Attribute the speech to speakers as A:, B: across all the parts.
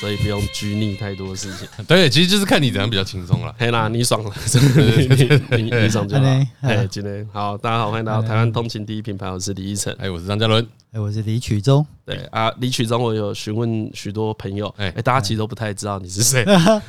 A: 所以不用拘泥太多事情。
B: 对，其实就是看你怎样比较轻松了。
A: 嘿啦，你爽了， 你你你爽就好
C: 好嘞。好
A: 哎，
C: 嘞
A: 今天好，大家好，欢迎来到台湾通勤第一品牌，我是李依晨。
B: 哎，我是张嘉伦，
C: 哎，我是李曲中，
A: 对啊，李曲中我有询问许多朋友，哎
B: 哎、
A: 大家其实都不太知道你是谁，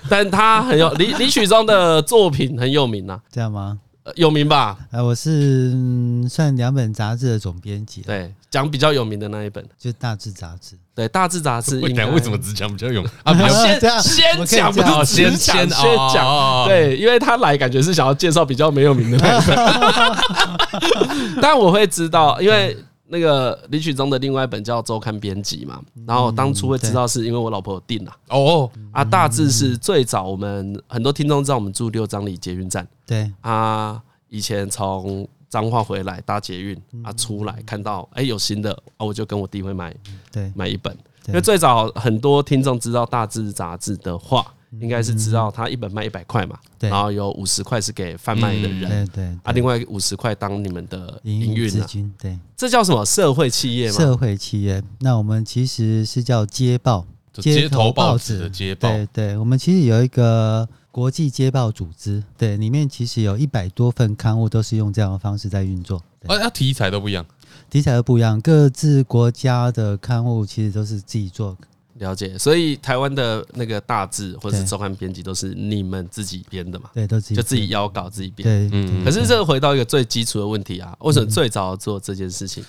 A: 但他很有李李曲中的作品很有名呐、
C: 这样吗？
A: 呃有名吧？
C: 哎，我是、嗯算两本杂志的总编辑，
A: 对，讲比较有名的那一本，
C: 就《大志》杂志。
A: 对，大致杂志
B: 为
A: 应该
B: 为什么只讲比较勇啊？比
C: 啊
B: 较
C: 这
A: 先先
C: 样我可以
A: 讲，
C: 这
A: 不
C: 样
A: 是只讲先
B: 先先哦哦哦
A: 讲，对，因为他来感觉是想要介绍比较没有名的 那一本，但我会知道，因为那个李曲中的另外一本叫《周刊编辑》嘛，
C: 嗯
A: 然后当初会知道是因为我老婆有订啦，
B: 哦，
A: 啊，大致是最早我们很多听众知道我们住六张里捷运站
C: 对，
A: 啊，以前从彰化回来搭捷运
C: 嗯
A: 啊，出来看到哎、有新的啊，我就跟我弟会买
C: 对，
A: 买一本，
C: 对
A: 因为最早很多听众知道大致杂志的话，应该是知道它一本卖一百块嘛，
C: 嗯对嗯
A: 然后有五十块是给贩卖的人。
C: 对对
A: 啊，另外五十块当你们的营
C: 营
A: 运
C: 之
A: 啊，
C: 君，对，
A: 这叫什么社会企业嘛？
C: 社会企业。那我们其实是叫街报，
B: 就街头报纸
C: 纸
B: 的街报
C: 对对，我们其实有一个国际街报组织，对，里面其实有一百多份刊物都是用这样的方式在运作。对
A: 哎
B: 啊，那题材都不一样，
C: 题材都不一样，各自国家的刊物其实都是自己做。
A: 了解，所以台湾的那个大致或是
C: 对
A: 周刊编辑都是你们自己编的嘛，
C: 对，都自己
A: 就自己
C: 做
A: 邀稿自己编。
C: 对，
B: 嗯
A: 可是这个回到一个最基础的问题啊，为什么最早要做这件事情？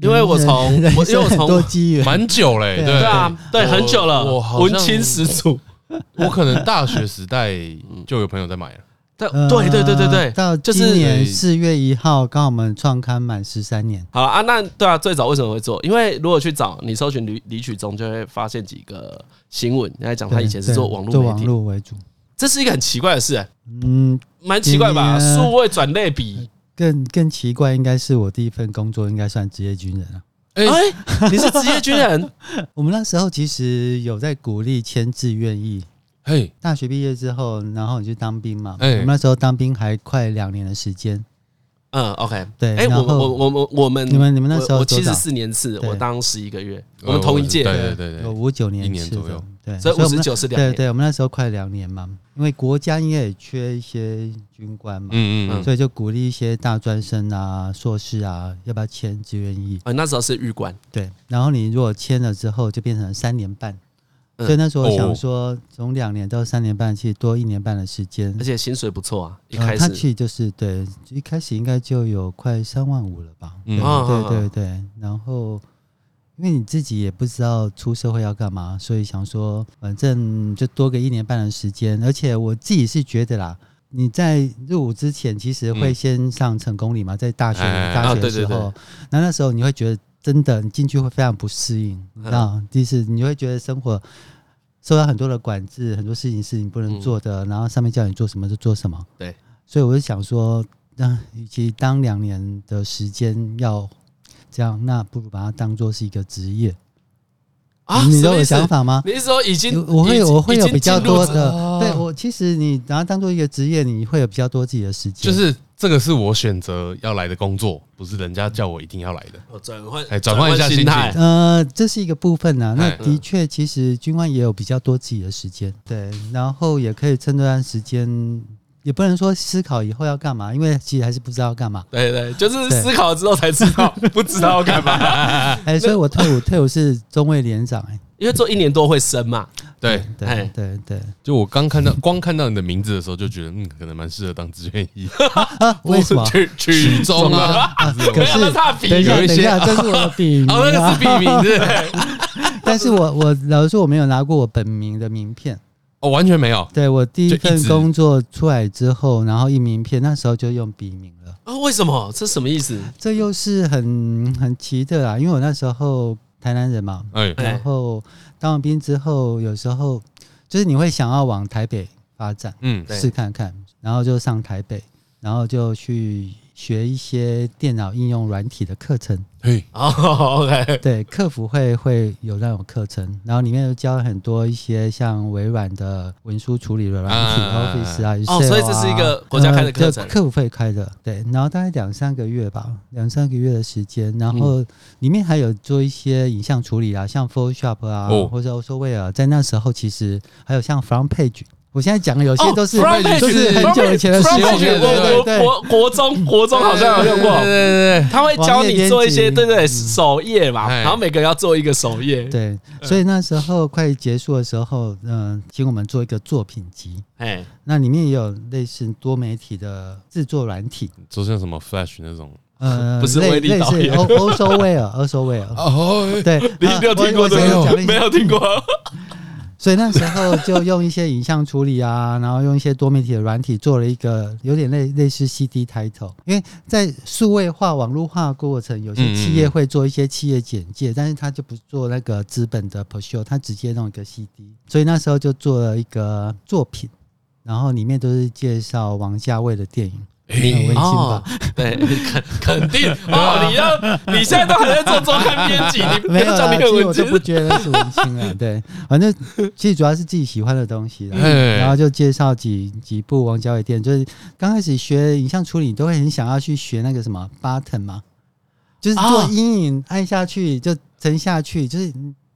A: 因为我从
C: 人
A: 我因为我
C: 生很
A: 从
C: 多机缘，
B: 蛮久嘞，
C: 对
A: 对啊，对，
B: 我
A: 很久了
B: 我，好
A: 文
B: 像
A: 青始祖。
B: 我可能大学时代就有朋友在买了，
A: 对
C: 呃
A: 对对对对对，
C: 到
A: 就
C: 今
A: 是
C: 年四月一号，刚好我们创刊满十三年。
A: 好啊。那对啊，最早为什么会做？因为如果去找你搜寻李李曲中，就会发现几个新闻，你来讲他以前是
C: 对
A: 做网络媒
C: 网
A: 体，
C: 络为主，
A: 这是一个很奇怪的事、欸，
C: 嗯，
A: 蛮奇怪吧？
C: 对啊
A: 数位转类比，
C: 更更奇怪，应该是我第一份工作，应该算职业军人了。
B: 哎
A: 哎，你是职业军人，
C: 我们那时候其实有在鼓励签志愿意，
B: 嘿，
C: 大学毕业之后，然后你去当兵嘛。
B: 哎
C: 我们那时候当兵还快两年的时间。
A: 嗯，OK，
C: 对，
A: 哎，
C: 然
A: 我们
C: 后
A: 我我我我们
C: 你们你们那时候
A: 我
C: 多
A: 七
C: 少
A: 十四年次，
C: 对
A: 我当十一个月，
B: 呃
A: 我们同一届，
B: 我对对对对嗯
C: 有五九
B: 一
C: 年
B: 年
C: 次的
B: 左右，
C: 对，
A: 所以
C: 我
A: 五
C: 们
A: 十
C: 那
A: 九是两
C: 对
A: 年，
C: 对，我们那时候快两年嘛，因为国家应该也缺一些军官嘛，
B: 嗯嗯嗯，
C: 所以就鼓励一些大专生啊、硕士啊，要不要签志愿役？
A: 啊，那时候是预管，
C: 对，然后你如果签了之后，就变成三年半。
A: 嗯
C: 所以那时候我
B: 哦
C: 想说，从两年到三年半，其实多一年半的时间
A: 而。且薪水不错啊，一
C: 呃
A: 开
C: 他其
A: 始
C: 实就是对，一开始应该就有快三万五了吧？
B: 嗯
A: 啊
C: 对对对，然后因为你自己也不知道出社会要干嘛，所以想说反正就多个一年半的时间，而且我自己是觉得啦。你在入伍之前，其实会
B: 嗯
C: 先上成功礼嘛，在大学
B: 哎哎哎
C: 大
A: 啊对
C: 学的
A: 对对
C: 时候，那那时候你会觉得真的，你进去会非常不适应，
A: 嗯
C: 你知道，就是你会觉得生活受到很多的管制，很多事情是你不能
A: 嗯
C: 做的，然后上面叫你做什么就做什么。
A: 对，
C: 所以我就想说，那与其当两年的时间要这样，那不如把它当做是一个职业。
A: 啊，
C: 你
A: 什
C: 知道
A: 么
C: 我
A: 意
C: 的
A: 思
C: 想法吗？
A: 你是说已经
C: 我会
A: 已
C: 有
A: 经
C: 我会有
A: 已经
C: 比较
A: 进入
C: 多
A: 职
C: 的，
B: 哦
C: 对我其实你把它当做一个职业，你会有比较多自己的时间。
B: 就是这个是我选择要来的工作，不是人家叫我一定要来的，
A: 哦转换
B: 哎转换一下
A: 心
B: 心情
A: 态，
C: 呃，这是一个部分啊。那
B: 哎
C: 的确，其实军官也有比较多自己的时间，对，然后也可以趁这段时间，也不能说思考以后要干嘛，因为其实还是不知道要干嘛。
A: 对对，就是
C: 对
A: 思考之后才知道，不知道要干嘛。
B: 啊
C: 哎、所以我退伍，退伍是中尉连长、哎，
A: 因为做一年多会升嘛，
B: 对，
A: 哎
C: 对对对，
B: 就我刚看到光看到你的名字的时候，就觉得嗯，可能蛮适合当志愿役，
C: 啊，为什么？
A: 去去
B: 曲中 啊，
C: 可
A: 没有那
C: 是
A: 是他的笔
C: 等一下，
B: 有一
C: 等
B: 些啊
C: 一下，这是我的笔名、
B: 哦，那个是
C: 啊。
B: 笔名，对 不对？
C: 但是我我老实说，我没有拿过我本名的名片。
B: 哦，完全没有，
C: 对我第
B: 就一
C: 一份
B: 直
C: 工作出来之后，然后印名片，那时候就用笔名了。
A: 啊？为什么？这什么意思？
C: 这又是很很奇特啊啦，因为我那时候台南人嘛，
B: 哎，
A: 哎
C: 然后当完兵之后，有时候就是你会想要往台北发展
B: 嗯，
A: 对
C: 试看看，然后就上台北，然后就去学一些电脑应用软体的课程，
B: 嘿，
A: 哦，OK，
C: 对，客服会会有那种课程，然后里面有教很多一些像微软的文书处理的软体、
B: 啊
C: Office 啊，
A: 哦所以这是一个国家开的课程
C: 呃这客服会开的，对，然后大概两三个月吧，两三个月的时间，然
A: 嗯
C: 后里面还有做一些影像处理啊，像 Photoshop 啊，
B: 哦
C: 或者 Austroware，在那时候其实还有像 Front Page。我现在讲的有些
A: 哦
C: 都是、
A: Front Page，
C: 都是很久以前的事
A: Front
C: 情
A: Page，
C: 了，
B: 对
A: 我
C: 对
A: 我
C: 对
A: 国国中国中好像有用过
B: 对，对对
A: 他会教你做一些
C: 网页编辑嗯
A: 对对首页嘛，
B: 哎
A: 然后每个人要做一个首页，
C: 对，所以那时候快结束的时候，嗯、请我们做一个作品集，
A: 哎，
C: 那里面也有类似多媒体的制作软体，
B: 对，就像什么 Flash 那种。
A: 嗯
C: 呃，
A: 不是
C: 类
A: 威力
C: 类
A: 导
C: 似
A: 演
C: 欧欧收威尔，欧收威尔，
B: 哦，哎
C: 对，
A: 你
C: 啊
A: 没有
C: 我
A: 听过
C: 我
A: 这
C: 想要讲
A: 个？
C: 一
A: 没有听过，
C: 所以那时候就用一些影像处理啊，然后用一些多媒体的软体做了一个有点类类似 CD title，因为在数位化、网络化过程，有些企业会做一些企业简介，但是他就不做那个资本的 p u r s u e 他直接弄一个 CD，所以那时候就做了一个作品，然后里面都是介绍王家卫的电影。
B: 哎
C: 你很温馨吧？
A: 哦
C: 啊
A: 对，肯肯 定哦，你要你现在都还在做周刊编辑， 你不
C: 没有
A: 要讲
C: 啦，
A: 你
C: 其
A: 很
C: 实
A: 文
C: 我就
A: 青
C: 不觉得是文 青啊。对，反正其实主要是自己喜欢的东西啦。
B: 嘿
C: 然后就介绍几几部王家卫电影，就是刚开始学影像处理，你都会很想要去学那个什么 button 嘛，就是做
A: 啊
C: 阴影按下去就沉下去，就是。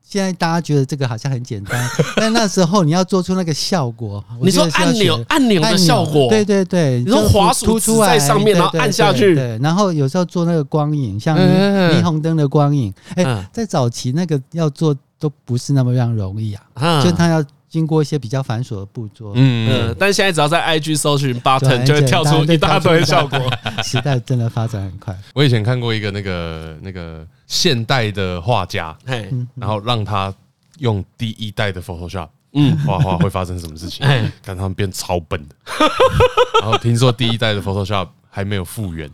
C: 现在大家觉得这个好像很简 单，但那时候你要做出那个效果，我
A: 你
C: 觉
A: 说
C: 得是要
A: 按钮
C: 学
A: 按钮
C: 按
A: 的
C: 钮
A: 效果，
C: 对对对，
A: 你说
C: 就
A: 滑
C: 突
A: 鼠
C: 突
A: 指
C: 出来，
A: 在上面
C: 对
A: 然后
C: 对
A: 按下
C: 对
A: 去
C: 对，然后有时候做那个光影，像
B: 嗯
C: 霓虹灯的光影，哎
A: 嗯，
C: 在早期那个要做都不是那么样容易啊，
A: 啊
C: 就它要经过一些比较繁琐的步骤，
A: 嗯
B: 嗯，，
A: 但现在只要在 IG 搜寻 button，
C: 很
A: 就会
C: 简
A: 跳
C: 单
A: 出
C: 就
A: 一大
C: 跳出
A: 堆
C: 一大
A: 效果。
C: 时代真的发展很快，
B: 我以前看过一个那个那个现代的画家，
A: 嘿，
C: 嗯，
B: 然后让他用第一代的 Photoshop
A: 嗯，
B: 画画会发生什么事情
A: 哎？
B: 看他们变超笨的。然后听说第一代的 Photoshop 还没有复原，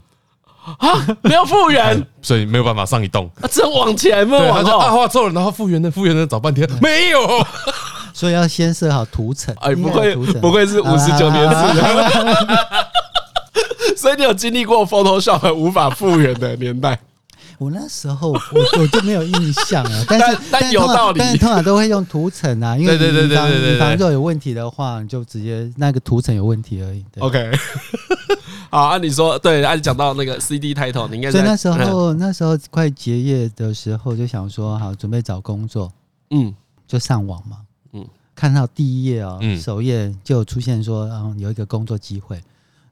A: 啊没有复 原，
B: 所以没有办法上一动。
A: 啊只能往前吗？
B: 对，他
A: 往
B: 就 啊
A: 后。
B: 画错了，然后复原的复原的找半天没有。
C: 所以要先设好图层，
A: 哎，
C: 应
A: 不
C: 该
A: 愧
C: 有图层
A: 不愧是五十九年制的， 所以你有经历过 Photoshop 无法复原的年代。
C: 我那时候我我就没有印象 了，但是
A: 但但有
C: 通常
A: 道理
C: 但是通常都会用图层啊，因为
B: 对对对
C: 你防
B: 对对对对
C: 你防肉有问题的话，你就直接那个图层有问题而已。对
A: OK，好，按、你说，对，啊按、你讲到那个 CD 抬头，你应该
C: 所
A: 在
C: 以那时候那时候快结业的时候，就想说好准备找工作，
A: 嗯，
C: 就上网嘛，
A: 嗯
C: 嗯，看到第一页哦，
B: 嗯
C: 首页就有出现说，嗯，有一个工作机会。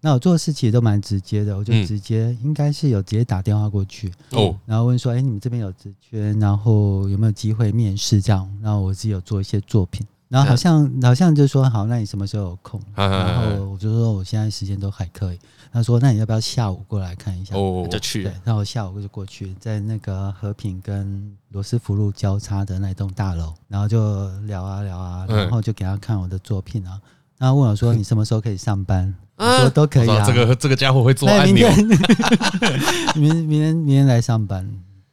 C: 那我做的事情都蛮直接的，我就
B: 嗯
C: 直接、应该是有直接打电话过去，
B: 哦，
C: 然后问说：“哎、你们这边有职缺，然后有没有机会面试？”这样，然后我自己有做一些作品，然后好像、好像就说：“好，那你什么时候有空？”
B: 啊
C: 然后我就说：“我现在时间都还可以。”他说：“那你要不要下午过来看一下？”
B: 哦
A: 就去
C: 对，那我下午就过去，在那个和平跟罗斯福路交叉的那栋大楼，然后就聊啊聊啊，
B: 嗯
C: 然后就给他看我的作品啊。然后问我 说：“你什么时候可以上班？”我
A: 啊
C: 说：“都可
B: 我
C: 以
B: 说
C: 啊。”
B: 这个这个家伙会做
C: 那
B: 按
C: 明
B: 钮
C: 天， 明明天 明天来上班，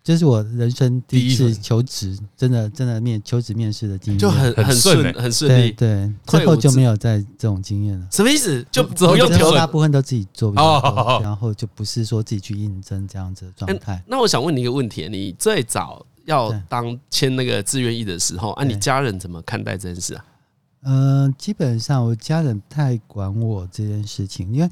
C: 这是我人生第一
B: 第一
C: 次
B: 份
C: 求职，真的真的面求职面试的经验，
A: 就很
B: 很
A: 很
B: 顺
A: 顺
B: 欸
A: 很顺
C: 对
A: 利，
C: 对，
A: 退
C: 之后
A: 伍
C: 就
A: 之
C: 没有再这种经验了。
A: 什么意思？就
C: 我
A: 不用
C: 真的
A: 调
C: 大
A: 整。
C: 部分都自己做比较
B: 哦哦哦
C: 多，然后就不是说自己去应征这样子的状态。
A: 那我想问你一个问题，你最早要
C: 对
A: 当签那个志愿役的时候，啊，
C: 对
A: 你家人怎么看待这件事啊？
C: 嗯，基本上我家人不太管我这件事情，因为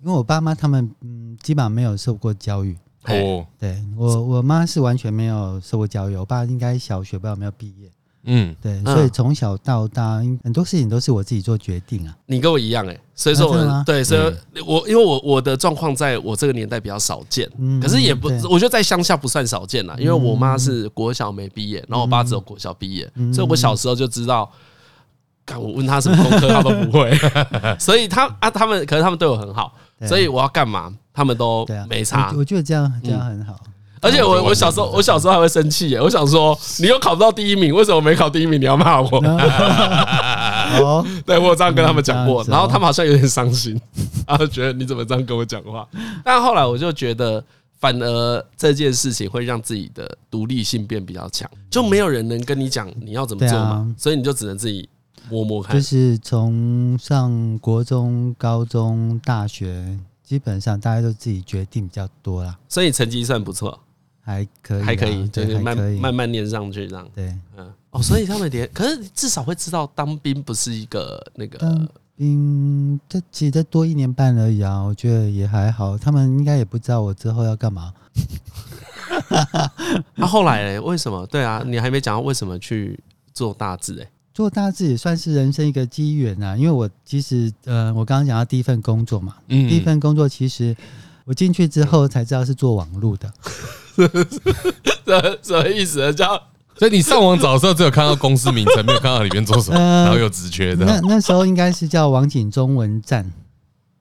C: 因为我爸妈他们嗯，基本上没有受过教育。
A: 嘿
B: 哦，
C: 对我，我妈是完全没有受过教育，我爸应该小学不知道有没有毕业，
B: 嗯，
C: 对，
A: 嗯
C: 所以从小到大，因很多事情都是我自己做决定啊。
A: 你跟我一样哎、所以说
C: 啊真的
A: 我
C: 吗
A: 对，所以我因为我我的状况在我这个年代比较少见，
C: 嗯
A: 可是也不
C: 对，
A: 我觉得在乡下不算少见啊啦，因为我妈是国小没毕业，然后我爸只有国小毕业，
C: 嗯
A: 所以我小时候就知道，看我问他什么功课他都不会，所以他啊他们可是他们对我很好，
C: 对啊
A: 所以我要干嘛他们都
C: 对啊，
A: 没差嗯
C: 我，我觉得这样这样很好。
A: 而且我
B: 我
A: 我小时候我小时候还会生气耶，我想 说你又考不到第一名，为什么没考第一名你要骂我？嗯
C: 哦，
A: 对我有这样跟啊他们讲过
C: 嗯，这样子哦
A: 然后他们好像有点伤心， 然后觉得你怎么这样跟我讲话？ 但后来我就觉得，反而这件事情会让自己的独立性变比较强，就没有人能跟你讲你要怎么做嘛
C: 对啊，
A: 所以你就只能自己摸摸看
C: 就。是从上国中、高中、大学，基本上大家都自己决定比较多啦，
A: 所以成绩算不错，
C: 还可以啦，啊
A: 还可以，就
C: 对，
A: 是
C: 还
A: 慢
C: 可以，
A: 慢慢练上去这样。
C: 对，
A: 嗯，哦，所以他们连，可是至少会知道当兵不是一个那
C: 当
A: 个，
C: 兵这其实再多一年半而已啊，我觉得也还好，他们应该也不知道我之后要干嘛。
A: 那、啊后来嘞为什么？对啊，你还没讲到为什么去做大字哎、
C: 做大致也算是人生一个机缘啊呐、因为我其实呃，我刚刚讲到第一份工作嘛，
B: 嗯
C: 第一份工作其实我进去之后才知道是做网路的，
A: 这什么意思？啊叫
B: 所以你上网找的时候，只有看到公司名称，没有看到里面做什么，
C: 呃
B: 然后有职缺
C: 那
B: 的。
C: 那时候应该是叫网景中文站，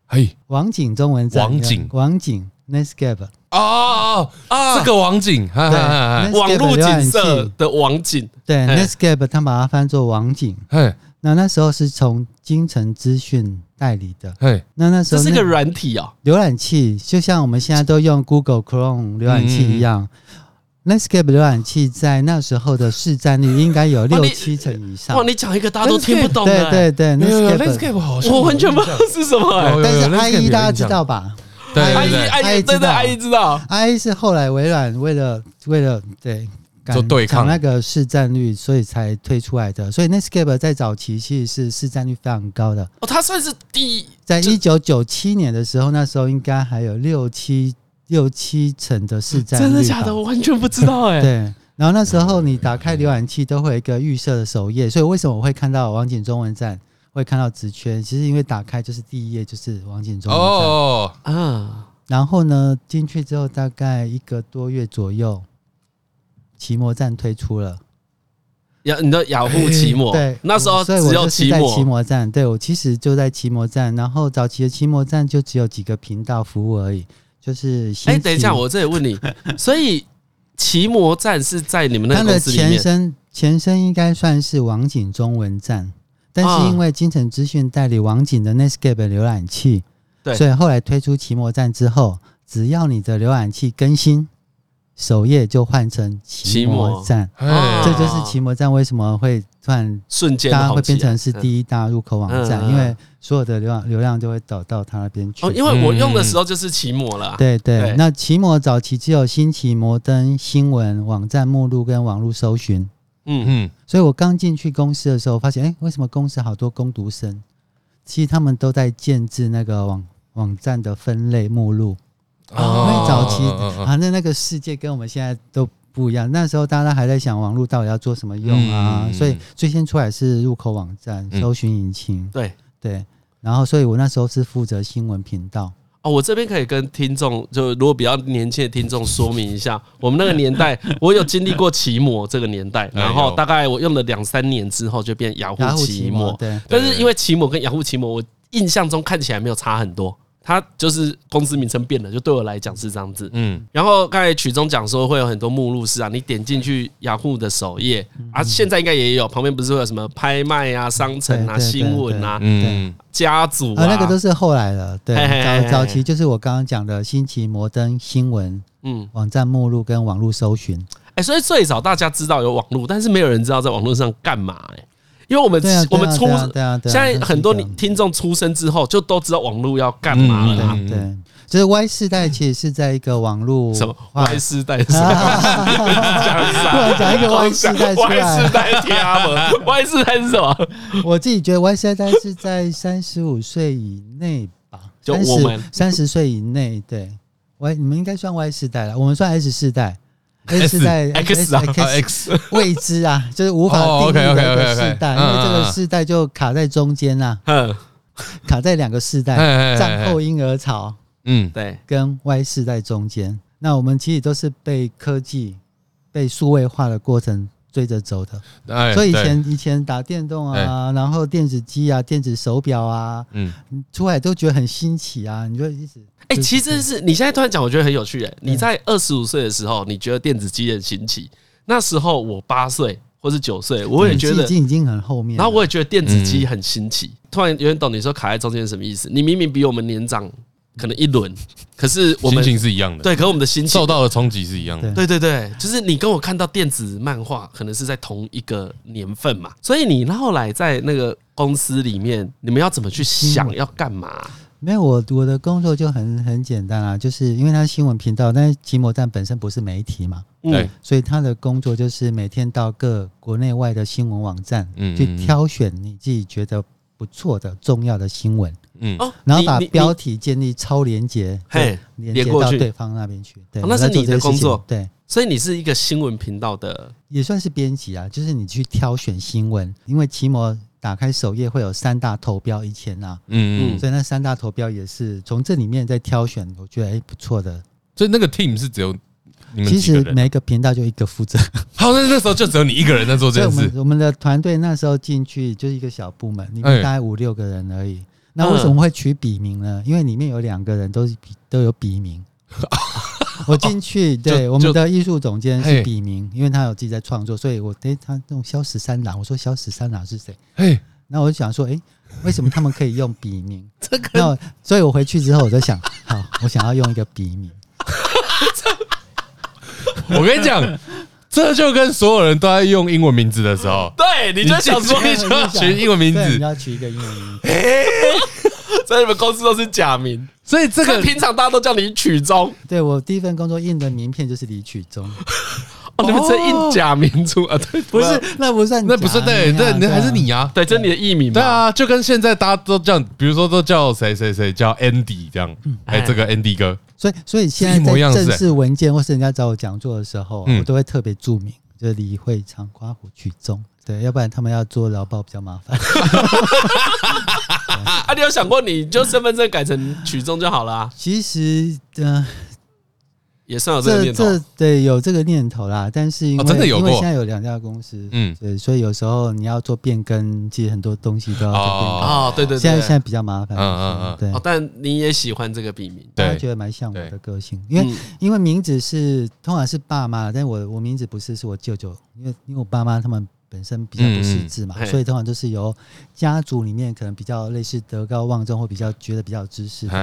B: 嘿，
C: 网景中文站，
B: 网景
C: 网景 Netscape，
B: 哦哦哦，
A: 啊
B: 这个网景，哈哈哈
C: 对
A: 网络景色
C: Netscape
A: 的网景
C: 对
A: 嘿
C: Netscape，他把它翻作网景。
B: 嘿
C: 那那时候是从京城资讯代理的，
B: 嘿，
C: 那那时
A: 这
C: 候
A: 是
C: 那
A: 个软体哦、
C: 浏览器就像我们现在都用 Google Chrome 浏览器一样、n e t s c a p e 浏览器在那时候的市占率应该有
A: 哇
C: 六
A: 你
C: 七成以上
A: 哇，。你讲一个大家都听不懂的、啊
C: 对对对
B: 没有有
C: ，Netscape，
B: Landscape 好像
A: 我完全不知道是什么、哎
B: 有有有
C: 但是
B: Netscape 有
C: IE
B: 印
C: 大家知
B: 象
C: 道吧
B: 对
A: 阿
B: 对
A: 姨
B: 对，
A: 阿
C: 阿
A: 姨
C: 姨
A: 对对，
C: 知道
A: 阿姨知道，
C: ？IE 是后来微软为了为了对
B: 做
C: 赶
B: 对抗
C: 抢那个市占率，所以才推出来的。所以 Netscape 在早期其实是市占率非常高的，
A: 哦，他算是第一，
C: 在
A: 这
C: 一九九七年的时候，那时候应该还有六七六七成的市占率吧，
A: 真的假的？我完全不知道哎、
C: 对，然后那时候你打开浏览器都会有一个预设的首页，所以为什么我会看到网景中文站，会看到职缺，其实因为打开就是第一页就是网景中文站。
B: 哦，
A: 啊，
C: 然后呢，进去之后大概一个多月左右，奇摩站推出了。
A: 雅，你的雅虎奇摩，
C: 对，
A: 那时候
C: 我所以我
A: 只有
C: 就是
A: 奇
C: 在
A: 摩
C: 奇摩站，对我其实就在奇摩站。然后早期的奇摩站就只有几个频道服务而已，就是
A: 哎、
C: 新
A: 等一
C: 奇
A: 下，我这里问 你，所以奇摩站是在你们那
C: 它
A: 个
C: 的
A: 公司里
C: 前
A: 面？
C: 身前身应该算是网景中文站，但
A: 啊
C: 是因为金城资讯代理网景的 Netscape 浏览器，
A: 对
C: 所以后来推出奇摩站之后，只要你的浏览器更新，首页就换成奇摩站。
B: 嘿
A: 哦
C: 这就是奇摩站为什么会突然
A: 瞬间
C: 大家
A: 好
C: 会
A: 奇啊
C: 变成是
A: 嗯
C: 第一大入口网站，
A: 嗯嗯嗯
C: 因为所有的流量流量就会导到它那边去。
A: 哦，因为我用的时候就是奇摩了啊，
C: 对对，
A: 对
C: 那奇摩早期只有新奇摩登新闻网站目录跟网络搜寻，
A: 嗯，
B: 嗯，
C: 所以我刚进去公司的时候，发现哎、诶为什么公司好多工读生？其实他们都在建制那个网网站的分类目录，因为早期
A: 嗯
B: 哦
C: 反正啊那个世界跟我们现在都不一样。那时候大家还在想网络到底要做什么用啊，
B: 嗯
C: 所以最先出来是入口网站、
B: 嗯
C: 搜寻引擎，
A: 对。
C: 对。然后，所以我那时候是负责新闻频道，
A: 哦，我这边可以跟听众，就如果比较年轻的听众说明一下，我们那个年代，我有经历过奇摩这个年代，
B: 哎呦
A: 然后大概我用了两三年之后就变雅虎
C: 然后
A: 奇摩，
C: 对
A: 但是因为奇摩跟雅虎奇摩，我印象中看起来没有差很多，它就是公司名称变了，就对我来讲是这样子。
B: 嗯
A: 然后刚才曲中讲说会有很多目录是啊，你点进去雅虎的首页
C: 嗯
A: 啊，现在应该也有，旁边不是会有什么拍卖啊、商城啊、
C: 对对对
A: 新闻啊、
B: 嗯
A: 家族
C: 啊，
A: 啊，
C: 那个都是后来了，对，
A: 嘿嘿嘿嘿
C: 早早期就是我刚刚讲的新奇摩登新闻
A: 嗯，
C: 网站目录跟网络搜寻，
A: 哎，所以最早大家知道有网络，但是没有人知道在网络上干嘛哎、因为我们
C: 对啊，
A: 我们出
C: 对啊对啊，
A: 现
C: 对啊
A: 在很多
C: 这
A: 你
C: 是一个
A: 听众出生之后就都知道网络要干嘛了啦，
B: 嗯
C: 对对，就是 Y 世代其实是在一个网络
A: 什么
C: 化
A: Y 世代是吧？
C: 啊突然讲一个 Y 世代出
A: Y 世
C: 来，
A: 代贴吗？Y 世代是什么？
C: 我自己觉得 Y 世代是在三十五岁以内吧，
A: 就
C: 三
A: 我们
C: 十三十岁以内，对，Y 你们应该算 Y 世代了，我们算 S 世代。S 世代
A: X 啊
B: X
C: 未知啊，就是无法
B: 哦
C: 定义的一个
B: OK，OK，OK，OK，
C: 世代，
B: 嗯
C: 因为这
B: 嗯
C: 个
B: 嗯
C: 世代就卡在中间啦、
A: 嗯，
C: 卡在两个世代，战后婴儿潮
B: 嗯
A: 对，
C: 跟 Y 世代中间。那我们其实都是被科技、被数位化的过程追着走的，
B: 哎
C: 所以以前以前打电动啊，然后电子机啊、电子手表啊，
B: 嗯
C: 出来都觉得很新奇啊，你就嗯一直
A: 哎、其实是你现在突然讲，我觉得很有趣、哎，你在二十五岁的时候，你觉得电子机很新奇，那时候我八岁或是九岁，我也觉
C: 电
A: 得
C: 子，机已经很后面了，
A: 然后我也觉得电子机很新奇。突然有点懂你说卡在中间是什么意思？你明明比我们年长可能一轮，可是我
B: 心
A: 们
B: 情是一样的，
A: 对，可是我们的心情
B: 受。到的冲击是一样的。
A: 对对对，就是你跟我看到电子漫画，可能是在同一个年份嘛，所以你后来在那个公司里面，你们要怎么去想要干嘛？
C: 没有我我的工作就很很简单啊，就是因为它是新闻频道，但是奇摩站本身不是媒体嘛，
A: 嗯
B: 对，
C: 所以他的工作就是每天到各国内外的新闻网站
B: 嗯
C: 去挑选你自己觉得不错的重要的新闻，
B: 嗯，
A: 哦，
C: 然后把
A: 你你
C: 标题建立超连接，
A: 嘿，
C: 连
A: 连
C: 接
A: 过
C: 到
A: 去
C: 对方那边去。对，
A: 哦那
C: 我在
A: 是
C: 做
A: 你
C: 这
A: 的
C: 些事
A: 工
C: 情
A: 作
C: 对，
A: 所以你是一个新闻频道的
C: 也算是编辑啊，就是你去挑选新闻，因为奇摩打开首页会有三大头标，以前啊，
B: 嗯嗯，
C: 所以那三大头标也是从这里面再挑选，我觉得哎、不错的。
B: 所以那个 team 是只有你们
C: 其
B: 几个
C: 实
B: 人。
C: 每个频道就一个 负责，
B: 好，那那时候就只有你一个人在做这
C: 所以
B: 件
C: 我
B: 事
C: 们。我们的团队那时候进去就是一个小部门，里面
B: 哎嗯
C: 大概五六个人而已。那为什么会取笔名呢？因为里面有两个人都是笔都有 笔名。我进去，对
B: 哦就
C: 我们的艺术总监
B: 嘿
C: 是笔名，因为他有自己在创作，所以我对他弄萧十三郎，我说萧十三郎是谁？
B: 嘿，
C: 然后我就想说，哎、为什么他们可以用 笔名？
A: 这个
C: 那我所以我回去之后我就想， 好，我想要用一个笔名。
B: 我跟你讲， 这就跟所有人都在用英文名字的时候，
A: 对，你就想说
B: 你就要取英文名字
C: 对你要取一个英文名 字。
A: 在你们公司都是假名，
B: 所以
A: 这
B: 这个
A: 个平常大家都叫你曲中，
C: 对我第一份工作印的名片就是李曲 中，
A: 哦，你们是印假名出啊？对，
C: 不是，那不算假名啊，
B: 那不是对，对，那
C: 啊
B: 还是你呀。
A: 对，这是你的艺名嘛
B: 对，啊，就跟现在大家都叫，比如说都叫谁谁谁叫 Andy 这样，
C: 嗯
B: 哎，这个 Andy 哥，
C: 所以，所以现
B: 是一模一
C: 在
B: 样
C: 在
B: 是
C: 正式文件或是人家找我讲座的时候啊、
B: 嗯
C: 我都会特别注明，就是李会昌、刮胡曲中，对，要不然他们要做劳保比较麻烦。
A: 啊，你有想过你就身份证改成曲中就好了啊？
C: 其实，嗯、
A: 也算有这个
C: 这
A: 念头。
C: 这对有这个念头啦，但是因为、
B: 哦真的有
C: 因
B: 过
C: 为现在有两家公司，
B: 嗯
C: 对，所以有时候你要做变更，其实很多东西都要做变更。
B: 哦
A: 哦，对对
C: 现在
A: 对，
C: 现在比较麻烦，
B: 嗯嗯嗯
C: 对
A: 哦，，但你也喜欢这个笔名，
C: 大家
B: 对
C: 觉得蛮像我
B: 对
C: 的个性，因为
A: 嗯
C: 因为名字是通常是爸妈，但我我名字不是，是我舅舅，因为因为我爸妈他们本身比较不识字嘛，
A: 嗯嗯嘿
C: 所以通常都是由家族里面可能比较类似德高望重或比较觉得比较有知识的。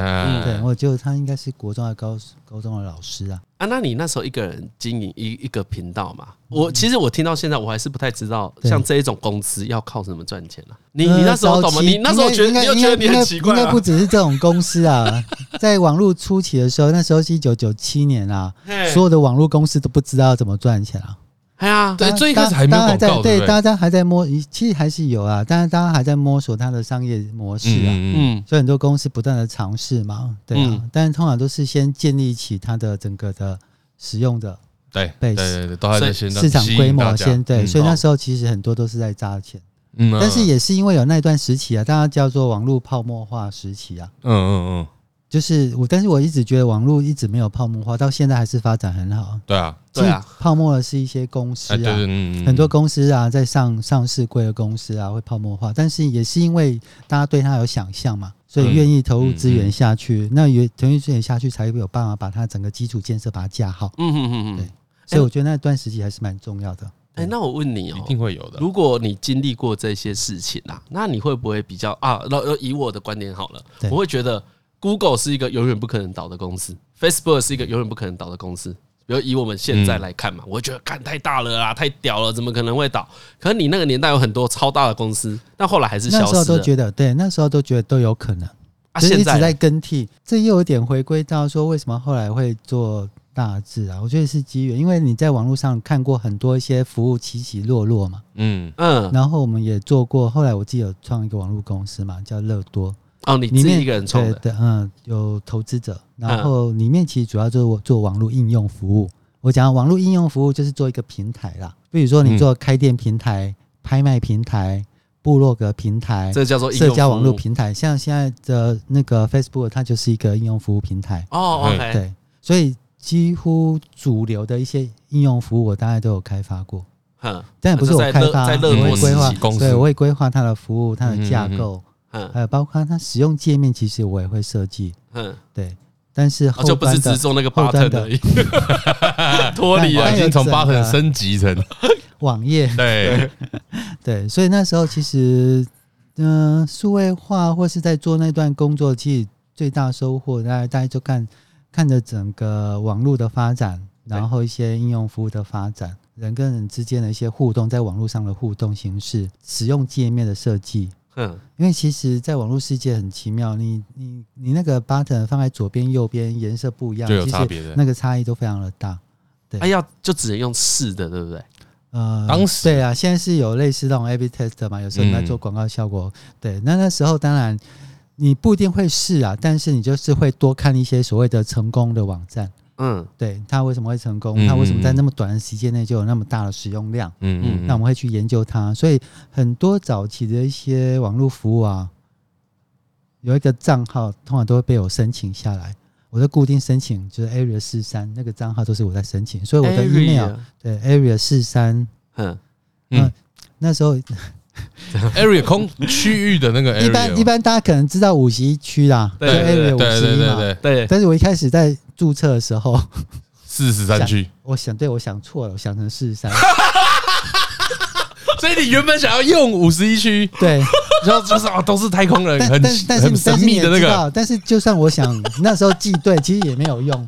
C: 对，
B: 哎
C: 我舅舅他应该是国中的高高中的老师啊，
A: 啊，那你那时候一个人经营一一个频道嘛？我其实我听到现在，我还是不太知道，
C: 对
A: 像这一种公司要靠什么赚钱啊？你
C: 呃
A: 你那时候懂吗？
C: 早期
A: 你那时候觉得
C: 应该
A: 你又
C: 应
A: 觉
C: 该
A: 得你
C: 应
A: 很
C: 该
A: 奇怪
C: 应该
A: 啊
C: 不？只是这种公司啊， 在网络初期的时候，那时候是一九九七年啊，
A: 嘿
C: 所有的网络公司都不知道怎么赚钱啊。
A: 哎呀，
B: 对
C: 大
B: 最一开始还没有
C: 大
B: 广告
C: 大家还在
B: 对不
C: 对，
B: 对
C: 大家还在摸，其实还是有啊，但是大家还在摸索它的商业模式啊。
B: 嗯嗯
A: 嗯，
C: 所以很多公司不断的尝试嘛，对啊，
A: 嗯
C: 但是通常都是先建立起它的整个的使用的
B: 对对对对，都还在先
C: 市场规模先
A: 嗯
C: 对，所以那
B: 候，
C: 时候其实很多都是在砸钱，
B: 嗯
C: 但是也是因为有那段时期啊，大家叫做网络泡沫化时期啊，
B: 嗯嗯嗯，
C: 就是我，但是我一直觉得网络一直没有泡沫化，到现在还是发展很好。
B: 对啊，
A: 对啊，
C: 泡沫的是一些公司
B: 哎对
C: 啊，
B: 对嗯，
C: 很多公司啊，在上上市贵的公司啊，会泡沫化，但是也是因为大家对它有想象嘛，所以愿意投入资源下去。那也投入资源下去，才会有办法把它整个基础建设把它架好。
A: 嗯哼哼哼
C: 对。所以我觉得那段时期还是蛮重要的。
A: 哎，那我问你
B: 一
A: 哦，
B: 定会有的。
A: 如果你经历过这些事情啊，那你会不会比较啊？那那以我的观点好了，
C: 对
A: 我会觉得 Google 是一个永远不可能倒的公司，Facebook 是一个永远不可能倒的公司。比如以我们现在来看
C: 嗯
A: 嘛，我会觉得干太大了啊，太屌了，怎么可能会倒？可是你那个年代有很多超大的公司，但后来还是
C: 那
A: 消
C: 时候
A: 失
C: 都
A: 了。
C: 觉得，对，那时候都觉得都有可能，
A: 啊，
C: 就是
A: 现
C: 一直在
A: 在
C: 更替。这又有点回归到说，为什么后来会做大致啊？我觉得是机缘，因为你在网络上看过很多一些服务起起落落嘛。
B: 嗯，
A: 嗯
C: 然后我们也做过，后来我自己有创一个网络公司嘛，叫乐多。
A: 哦，你
C: 里
A: 自己
C: 面
A: 一个人创的
C: 对对，嗯，有投资者，
A: 嗯
C: 然后里面其实主要就是我做网络应用服务。我讲网络应用服务就是做一个平台啦，比如说
A: 嗯
C: 你做开店平台、拍卖平台、部落格平台、
A: 这个叫做哦应用
C: 社交网络
A: 服务
C: 平台，像现在的那个 Facebook，它就是一个应用服务平台。
A: 哦，OK，
C: 对，所以几乎主流的一些应用服务，我大概都有开发过。
A: 嗯
C: 但不是我
A: 在
C: 开
A: 乐
C: 发，
A: 在乐
C: 我
A: 多
C: 会
A: 时
C: 规划
A: 期
B: 公司
C: 对，我会规划它的服务、它
B: 嗯嗯
C: 的架
B: 嗯
C: 构，
A: 嗯
C: 还有包括它使用界面，其实我也会设计。
A: 嗯，
C: 对，但是
A: 哦
C: 后
A: 就不是
C: 端
A: 只
C: 的
A: 做那个
C: 后端
A: button
C: 的
A: 而已，脱离
B: 哇，
A: 了
B: 啊已经从疤痕升级成
C: 网页，
B: 对，
C: 对，所以那时候其实，嗯、数位化或是在做那段工作，其实最大收获，大家大家就看看着整个网络的发展，然后一些应用服务的发展，人跟人之间的一些互动，在网络上的互动形式，使用界面的设计，
A: 嗯，
C: 因为其实，在网络世界很奇妙，你你你那个 button 放在左边、右边，颜色不一样，
B: 就有
C: 其
B: 差
C: 实
B: 别的。
C: 那个差异都非常的大。
A: 哎要就只能用试的，对不对？
C: 呃，
B: 当时
C: 对啊，现在是有类似那种 A/B test 嘛，有时候你在
B: 嗯
C: 做广告效果，对，那那时候当然你不一定会试啊，但是你就是会多看一些所谓的成功的网站，
A: 嗯，
C: 对，它为什么会成
B: 嗯
C: 功，它为什
B: 嗯
C: 么在
B: 嗯
C: 那么短的时间内就有那么大的使用量，
B: 嗯嗯，
C: 那我们会去研究它，所以很多早期的一些网络服务啊，有一个账号通常都会被我申请下来。我的固定申请就是 Area 四三那个账号都是我在申请，所以我的 email
A: Area，
C: 对 Area 四三
A: 啊嗯，
B: 嗯
C: 那时候
B: area 空区域的那个 area，
C: 一般一般大家可能知道五十一区啦，
A: 对
C: 就
B: 对
C: area
B: 对
C: 五
B: 对
C: 十
B: 对
C: 一
B: 对
C: 嘛。
B: 对，
A: 对，
C: 但是我一开始在注册的时候，
B: 四十三区，
C: 我想对我想错了，我想成 四十三，
B: 所以你原本想要用五十一 区，
C: 对。
B: 然后就是哦，都是太空人，
C: 但
B: 很
C: 但但是
B: 很神
C: 但是你
B: 秘
C: 也
B: 的那
C: 知
B: 个，
C: 道，但是就算我想那时候记对，其实也没有用，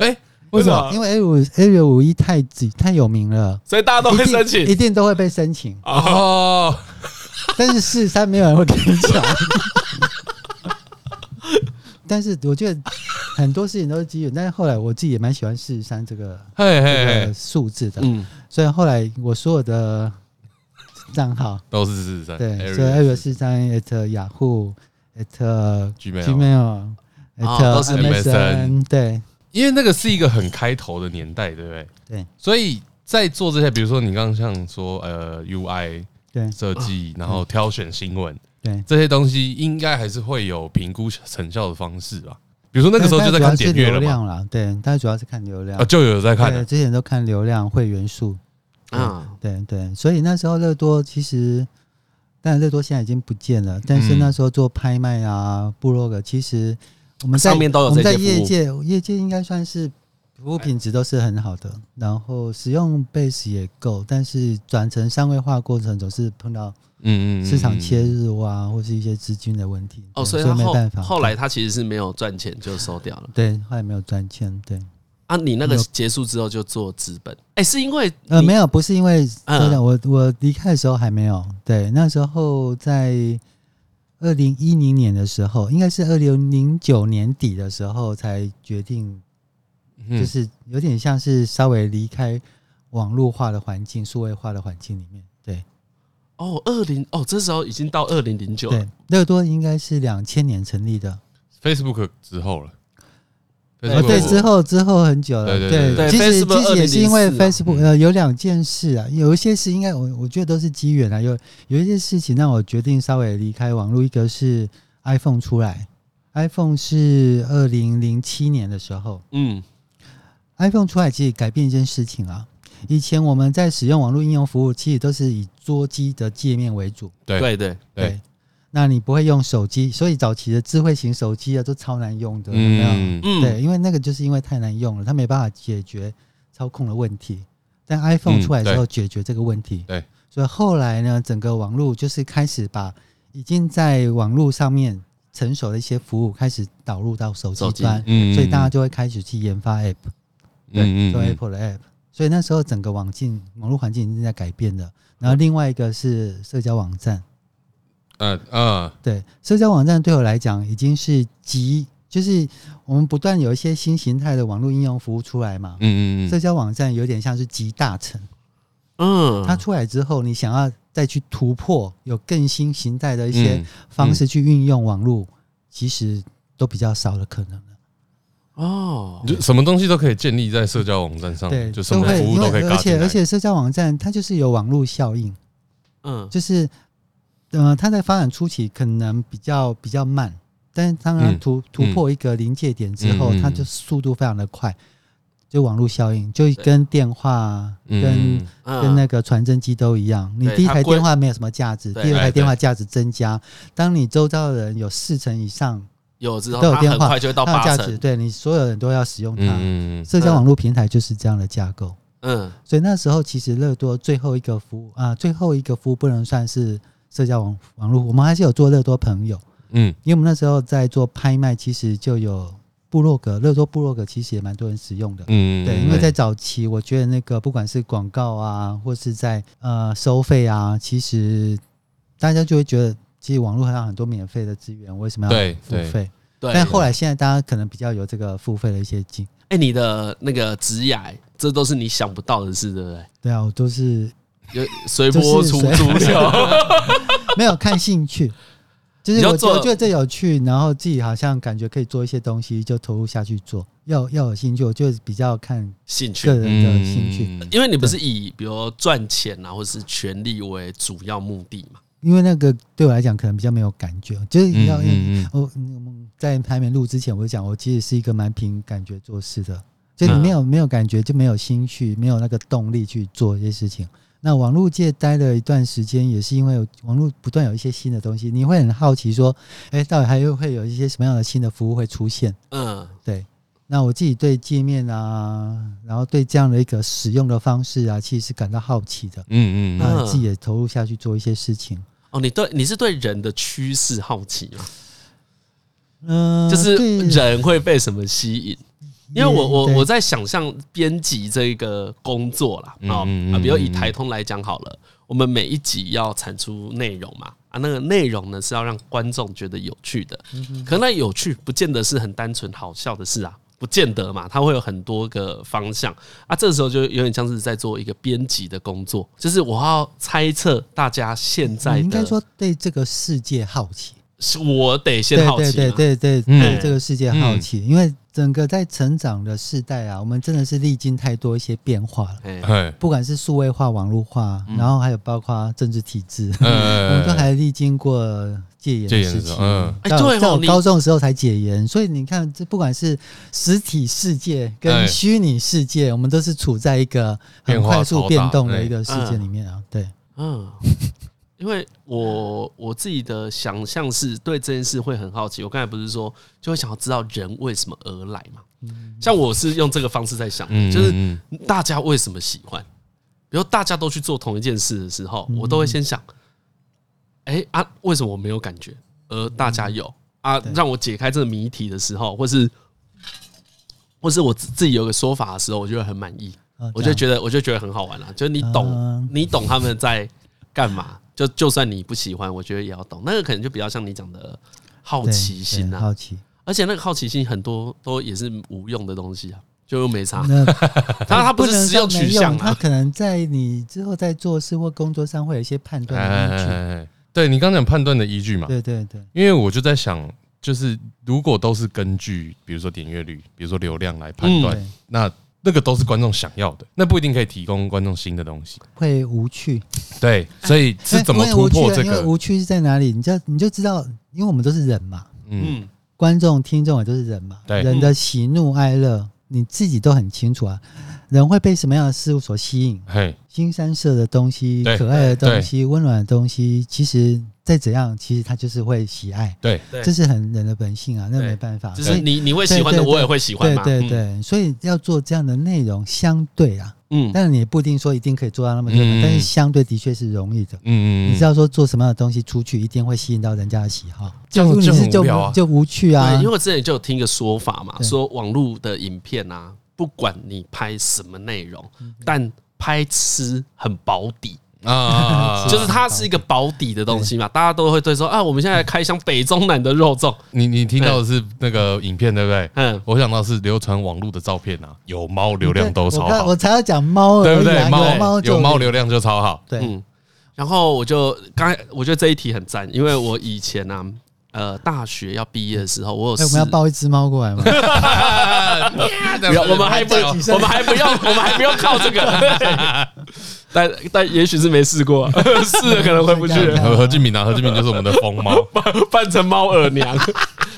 B: 哎， 为什么？
C: 因为 A 五 A 五一太挤太有名了，
A: 所以大家都
C: 一
A: 会
C: 定
A: 申请，
C: 一定都会被申请
A: 哦，
B: 哦，
C: 但是四十三没有人会跟你讲。 但是我觉得很多事情都是机缘，但是后来我自己也蛮喜欢四十三这个
B: 嘿嘿
C: 这个
B: 嘿，
C: 数字的，
A: 嗯，
C: 所以后来我所有的 账号，
B: 都是四十三，
C: 对，所以二月四三 at 雅虎 at
B: Gmail 啊
C: Gmail
A: 都
C: at
A: 是
B: MSN
C: MSN，对
B: 因为那个是一个很开头的年代，对不对？
C: 对
B: 所以在做这些，比如说你刚刚像说呃 UI
C: 对
B: 设计，然后挑选新闻
C: 对。
B: 这些东西，应该还是会有评估成效的方式吧？比如说那个时候就在看
C: 但主要
B: 点
C: 是
B: 阅
C: 流
B: 了嘛，
C: 量啦，对，大家主要是看流量
B: 啊，。就有在看
C: 对，
B: 了，
C: 之前都看流量、会员数，
A: 啊，
C: 对对，所以那时候乐多其实，但乐多现在已经不见了，但是
B: 嗯
C: 那时候做拍卖啊、部落格，其实我们在
A: 上面都有
C: 我们
A: 这
C: 在
A: 些服
C: 业
A: 务
C: 界，业界应该算是服务品质都是很好的，然后使用 base 也够，但是转成商业化过程总是碰到
B: 嗯嗯，嗯
C: 市场切，
B: 嗯
C: 入啊，或是一些资金的问题。
A: 哦，
C: 对
A: 所以
C: 所
A: 他
C: 以没
A: 后
C: 办法。
A: 后来他其实是没有赚钱就收掉了。
C: 对，后来没有赚钱。对，
A: 啊，你那个
C: 没有
A: 结束之后就做资本，哎、是因为
C: 呃，
A: 你
C: 没有，不是因为
A: 嗯
C: 真的，我我离开的时候还没有。对，那时候在二零一零年的时候，应该是二零零九年底的时候才决定，
B: 嗯
C: 就是有点像是稍微离开网络化的环境、数位化的环境里面。对
A: 哦，二零哦，这时候已经到二零零九了
C: 对，乐多应该是两千年成立的。
B: Facebook 之后了，
C: 呃，
A: Facebook
C: 对，之后之后很久了，
B: 对对
C: 对
A: 对
C: 其实
A: 对
C: 其实也是因
A: 2004
C: 为
A: 啊
C: Facebook 呃有两件事啊，有一些事应该我我觉得都是机缘啊，有有一些事情让我决定稍微离开网络，一个是 iPhone 出来，iPhone 是二零零七年的时候
A: 嗯，
C: ，iPhone 出来其实改变一件事情啊，以前我们在使用网络应用服务，其实都是以桌机的界面为主，
B: 对
A: 对对，
B: 对
C: 对，那你不会用手机，所以早期的智慧型手机啊都超难用的，有没有？
B: 嗯，
A: 嗯，
C: 对，因为那个就是因为太难用了，它没办法解决操控的问题。但 iPhone
B: 嗯
C: 出来之
B: 对
C: 后解决这个问题，
B: 对，
C: 所以后来呢，整个网络就是开始把已经在网络上面成熟的一些服务开始导入到手
A: 手
C: 机
A: 机
C: 端，
B: 嗯
C: 所以大家就会开始去研发 App，对，
B: 嗯
C: 做
B: 嗯
C: Apple 的 App。所以那时候整个网境网络环境已经在改变了。然后另外一个是社交网站，
B: 嗯嗯
C: 对，社交网站对我来讲已经是极，就是我们不断有一些新形态的网络应用服务出来嘛。
B: 嗯嗯
C: 社交网站有点像是集大成，
A: 嗯，
C: 它出来之后，你想要再去突破，有更新形态的一
B: 嗯
C: 些方式去运用网络，其实都比较少的可能了。
A: 哦，
B: 就什么东西都可以建立在社交网站上，
C: 对，
B: 嗯就什么
C: 会
B: 服务
C: 因
B: 都可以
C: 为
B: 搞
C: 而且
B: 进来
C: 而且社交网站它就是有网络效应，
A: 嗯，
C: 就是呃，它在发展初期可能比较比较慢，但是当它
B: 嗯
C: 突、突破一个临界点之后，
B: 嗯嗯
C: 它就速度非常的快，就网络效应，就跟电话、跟、
B: 嗯
A: 嗯
C: 跟那个传真机都一样，你
A: 对
C: 第一
A: 它
C: 台
A: 归
C: 电话没有什么价值，
A: 对
C: 第二
B: 哎
C: 台电
B: 对
C: 话价值增加，当你周遭的人有四成以上
A: 有知道，
C: 都有
A: 它
C: 电
A: 很
C: 话
A: 快就会到
C: 它的
A: 八
C: 价值，
A: 成，
C: 对你所有人都要使用它。
B: 嗯嗯
C: 社交
A: 嗯
C: 网络平台就是这样的架构。
A: 嗯，
C: 所以那时候其实乐多最后一个服务啊，最后一个服务不能算是社交网网络，我们还是有做乐多朋友，
B: 嗯
C: 因为我们那时候在做拍卖，其实就有部落格，乐多部落格其实也蛮多人使用的。
B: 嗯，
C: 对，因为在早期，我觉得那个不管是广告啊，或是在呃收费啊，其实大家就会觉得其实网络上很多免费的资源，为什么要
B: 对
C: 付
B: 对
C: 费？
A: 对，
C: 但
A: 哎、
C: 后来现在大家可能比较有这个付费的一些经，
A: 你的那个职涯，这都是你想不到的事，对不对？
C: 对啊，我都是
A: 有随波
C: 就是
A: 逐
C: 随
A: 逐流，
C: 没有看兴趣，就
A: 你
C: 是
A: 要
C: 我
A: 做
C: 我觉得这有趣，然后自己好像感觉可以做一些东西，就投入下去做。要要有兴趣，我就比较看
A: 兴趣
C: 个。人的兴趣，
B: 嗯
A: 因为你不是以比如赚钱啊，或是权力为主要目的嘛？
C: 因为那个对我来讲可能比较没有感觉，就是要。
B: 嗯嗯
C: 我嗯我们在还没录之前，我就讲，我其实是一个蛮凭感觉做事的，就
A: 嗯
C: 你没有、没有感觉，就没有心去，没有那个动力去做一些事情。那网络界待了一段时间，也是因为有网络不断有一些新的东西，你会很好奇说，哎、到底还有会有一些什么样的新的服务会出现？
A: 嗯，
C: 对，那我自己对界面啊，然后对这样的一个使用的方式啊，其实是感到好奇的。
B: 嗯嗯嗯，
C: 那自己也投入下去做一些事情，
A: 哦，你对你是对人的趋势好奇吗？
C: 嗯、
A: 就是
C: 对
A: 人会被什么吸引？因为我我
C: 对
A: 我在想象编辑这个工作啦，
B: 嗯
A: 啊、
B: 嗯嗯
A: 啊，比如以
B: 嗯
A: 台通来讲好了，我们每一集要产出内容嘛，啊，那个内容呢是要让观众觉得有趣的，
C: 嗯
A: 可那有趣不见得是很单纯好笑的事啊，不见得嘛，它会有很多个方向啊，这时候就有点像是在做一个编辑的工作，就是我要猜测大家现在的，
C: 你应该说对这个世界好奇，
A: 是我得先好奇嘛，
C: 对对对对
B: 嗯
C: 对对这个世界好奇，因为整个在成长的世代啊，我们真的是历经太多一些变化了，
A: 哎
B: 嘿，
C: 不管是数位化、网络化，然后还有包括政治体制，我
B: 嗯呃
C: 们都还历经过戒严
B: 戒
C: 的
B: 严的
C: 时
B: 时
C: 期
B: 候。嗯
A: 哎
C: 到
A: 对哦
C: 在我
A: 你
C: 高中的时候才解严，所以你看，这不管是实体世界
B: 哎
C: 跟虚拟世界，我们都是处在一个很
B: 变化
C: 快速
B: 超大
C: 变动的
B: 哎
C: 一个世界里面啊。对，
A: 嗯，因为我我自己的想象是对这件事会很好奇。我刚才不是说就会想要知道人为什么而来嘛？像我是用这个方式在想，
B: 嗯，
A: 就是
B: 嗯
A: 大家为什么喜欢？比如大家都去做同一件事的时候，我都会先想，哎啊，为什么我没有感觉，而大家有啊？
C: 对
A: 让我解开这个谜题的时候，或是或是我自自己有个说法的时候，我就会很满意。
C: 啊
A: 嗯我就
C: 这样
A: 觉得，我就觉得很好玩啦。就是你懂，
C: 嗯
A: 你懂他们在干嘛。就就算你不喜欢，我觉得也要懂。那个可能就比较像你讲的好
C: 对
A: 奇心
C: 对
A: 啊，
C: 好奇。
A: 而且那个好奇心很多都也是无用的东西啊，就又没差。
C: 那
A: 它它
C: 嗯不
A: 是
C: 能
A: 实用
C: 说没
A: 取向
C: 用他
A: 啊，
C: 可能在你之后在做事或工作上会有一些判
B: 哎
C: 断
B: 哎
C: 的
B: 哎
C: 依据。
B: 哎哎对你刚讲判断的依据嘛，
C: 对对对，
B: 因为我就在想，就是如果都是根据比如说点阅率、比如说流量来判断
C: 嗯对，
B: 那那个都是观众想要的，那不一定可以提供观众新的东西。
C: 会无趣。
B: 对，所以是怎么
C: 因为
B: 突
C: 无趣
B: 破
C: 啊
B: 这
C: 因为
B: 个？
C: 无趣是在哪里？你就你就知道，因为我们都是人嘛，
B: 嗯，
A: 嗯，
C: 观众、听众也都是人嘛，
B: 对
C: 人的喜怒哀乐你自己都很清楚啊。人会被什么样的事物所吸引？
B: 嘿，
C: 新三色的东西
B: 对、
C: 可爱的东西、温暖的东西，其实再怎样，其实他就是会喜爱，
B: 对，
A: 对
C: 这，是很人的本性啊，那
A: 对
C: 没办法。
A: 就
C: 所
A: 是
C: 以
A: 你你会喜欢的，
C: 对对对
A: 我也会喜欢
C: 对
A: 嘛。
C: 对
A: 嗯，
C: 对，所以要做这样的内容，相对啊，
A: 嗯，
C: 但是你也不一定说一定可以做到那么热门，
B: 嗯
C: 但是相对的确是容易的。
B: 嗯嗯，
C: 你知道说做什么样的东西出去一定会吸引到人家的喜好，
B: 这样
C: 问题
B: 就很
C: 是就
B: 无聊啊
C: 就无趣
A: 对，
C: 啊
A: 因为。我之前就有听一个说法嘛，
C: 对
A: 说网络的影片啊，不管你拍什么内容，
C: 嗯
A: 但拍吃很保底。
B: 啊啊， 啊啊
A: 就是它是一个保底的东西嘛，大家都会对说啊，我们现在来开箱北中南的肉粽，
B: 你你听到的是那个影片对不对？
A: 嗯，
B: 我想到是流传网络的照片啊，有猫流量都超
C: 我刚
B: 好
C: 我，才要讲猫而已啊，
B: 啊对不对？
C: 有
B: 猫
C: 猫就
B: 有猫流量就超好，
C: 对，
A: 嗯，然后我就刚才我觉得这一题很赞，因为我以前啊，呃，大学要毕业的时候，我有
C: 哎，我
A: 试
C: 们要抱一只猫过来吗？
A: 不要我们 还不，
C: 叫几声
A: 我们还不用，我们还不用靠这个， 但但也许是没试过， 试了可能回不去了。
B: 何何俊敏啊，何俊敏就是我们的疯 猫，
A: 扮成猫耳娘。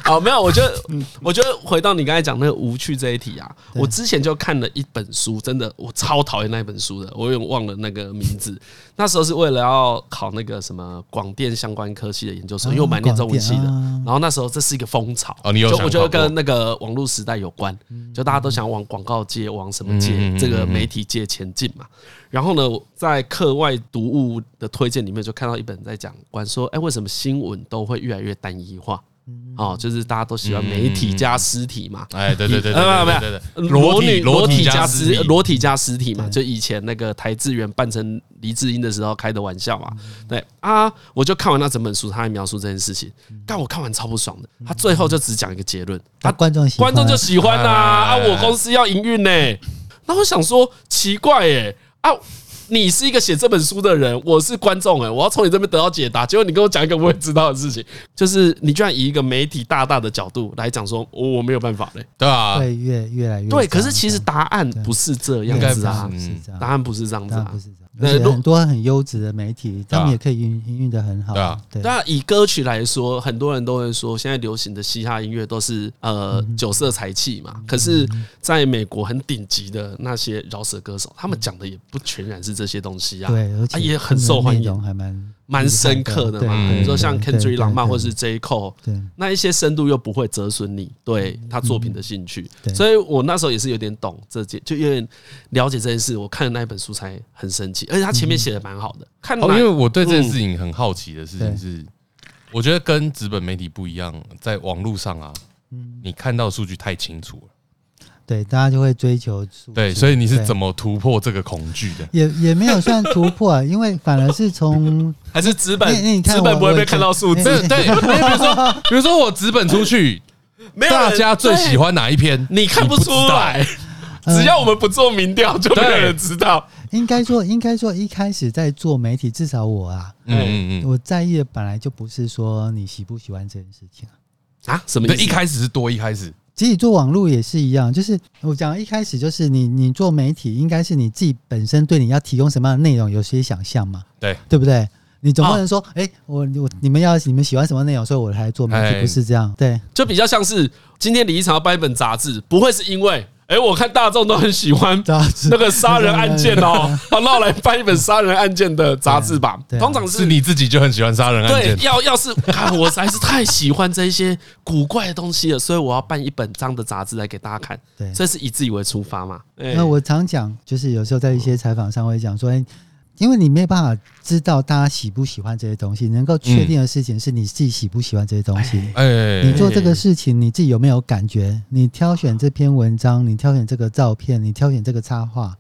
A: 好，没有，我觉得，我觉得回到你刚才讲那个无趣这一题啊，我之前就看了一本书，真的我超讨厌那一本书的，我有点忘了那个名字。那时候是为了要考那个什么广电相关科系的研究所，因为我蛮念中文系的
C: 哦广电啊。
A: 然后那时候这是一个风潮，
B: 哦你有
A: 就
B: 想
A: 我觉得
B: 考过
A: 跟那个网络时代有关，就大家都想往广告界、往什么界
B: 嗯嗯嗯
A: 这个
B: 嗯
A: 媒体界前进嘛。然后呢，我在课外读物的推荐里面就看到一本在讲关说，哎，为什么新闻都会越来越单一化？哦，就是大家都喜欢媒体加尸体嘛，
B: 哎，对对对，对
A: 呃没有
B: 对
A: 没
B: 对
A: 有
B: 对，裸体
A: 女裸
B: 体
A: 加
B: 尸体，
A: 裸体加尸体嘛，
C: 对
A: 就以前那个台志远扮成黎智英的时候开的玩笑嘛。对啊，我就看完那整本书，他在描述这件事情，但我看完超不爽的。他最后就只讲一个结论，他
C: 观众喜欢
A: 观众就喜欢呐、啊，
B: 哎
A: 我公司要营运呢。 那我想说，奇怪耶、啊！你是一个写这本书的人，我是观众哎、我要从你这边得到解答。结果你跟我讲一个我也知道的事情，就是你居然以一个媒体大大的角度来讲说，哦我我没有办法嘞、嗯
B: 对啊，
C: 会越越来越
A: 对，
C: 这
A: 可
C: 样
A: 是其实
C: 对
A: 答案不是这样
B: 应该不
A: 子啊，
C: 不是这
A: 答
C: 样，
A: 案不是这样子
C: 当然
A: 啊
C: 不。是这样。
A: 那
C: 而且
A: 如
C: 很多很优质的媒体，他
B: 对啊
C: 们也可以营营运的很好
B: 对啊，
C: 对
A: 对啊，以歌曲来说，很多人都会说，现在流行的嘻哈音乐都是
C: 嗯
A: 呃酒色财气嘛。可是，在美国很顶级的那些饶舌歌手，他们讲的也不全然是这些东西啊，
C: 对，而且
A: 啊也很受欢迎
C: 内容还蛮
A: 蛮深刻的嘛。
C: 对
A: 你说像
C: 对
A: Kendrick
C: 对
A: l a m a
C: 对
A: 或是 J Cole，
C: 对
A: 那一些深度又不会折损你对他作品的兴趣，
C: 嗯对
A: 所以我那时候也是有点懂这件，就有点了解这件事。我看了那一本书才很生气，而且他
C: 嗯
A: 前面写的蛮好的，看
B: 哦，因
A: 来
B: 为我对这
A: 嗯
B: 件事情很好奇的事情是，我觉得跟纸本媒体不一样，在网络上啊，
A: 嗯
B: 你看到数据太清楚了，
C: 对，大家就会追求数字
B: 对，所以你是
C: 对
B: 怎么突破这个恐惧的？
C: 也也没有算突破啊，因为反而 是从
A: 还是纸
C: 你
A: 本
C: 你看
A: 纸
C: 我
A: 本不会
C: 我
A: 被看到数字，
C: 哎
B: 对对，因为比如 说，比如说我纸本出去，
A: 没有人
B: 大家最喜。欢哪一篇？
A: 对你看不出来，
C: 嗯
A: 只要我们不做民调，就没有
B: 对
A: 人知道。
C: 应该说应该说一开始在做媒体，至少我啊，
B: 嗯嗯嗯，
C: 我在意的本来就不是说你喜不喜欢这件事情啊。
A: 啊？什么
B: 对，
A: 意
B: 一
A: 思？
B: 开始是多，一开始
C: 其实做网络也是一样，就是我讲一开始就是你你做媒体，应该是你自己本身对你要提供什么样的内容有些想象嘛，
B: 对
C: 对不对？你总不
A: 哦
C: 能说，哎、我我你们要你们喜欢什么内容，所以我来做媒体，
B: 哎
C: 不是这样，对
A: 就比较像是今天李一常要办一本杂志，不会是因为哎，我看大众都很喜欢
C: 这样子
A: 那个杀人案件 哦，好，那我来办一本杀人案件的杂志吧。
C: 对啊
A: 通常
B: 是
A: 是
B: 你自己就很喜欢杀人案
A: 对
B: 件，，
A: 要要是看我实在是太喜欢这些古怪的东西了，所以我要办一本这样的杂志来给大家看。
C: 对。
A: 所以是以自己为出发嘛？哎
C: 那我常讲，就是有时候在一些采访上会讲说，哎、因为你没有办法知道大家喜不喜欢这些东西，能够确定的事情是你自己喜不喜欢这些东西。你
B: 哎，
C: 做这个事情，你自己有没有感觉？你挑选这篇文章，你挑选这个照片，你挑选这个插画，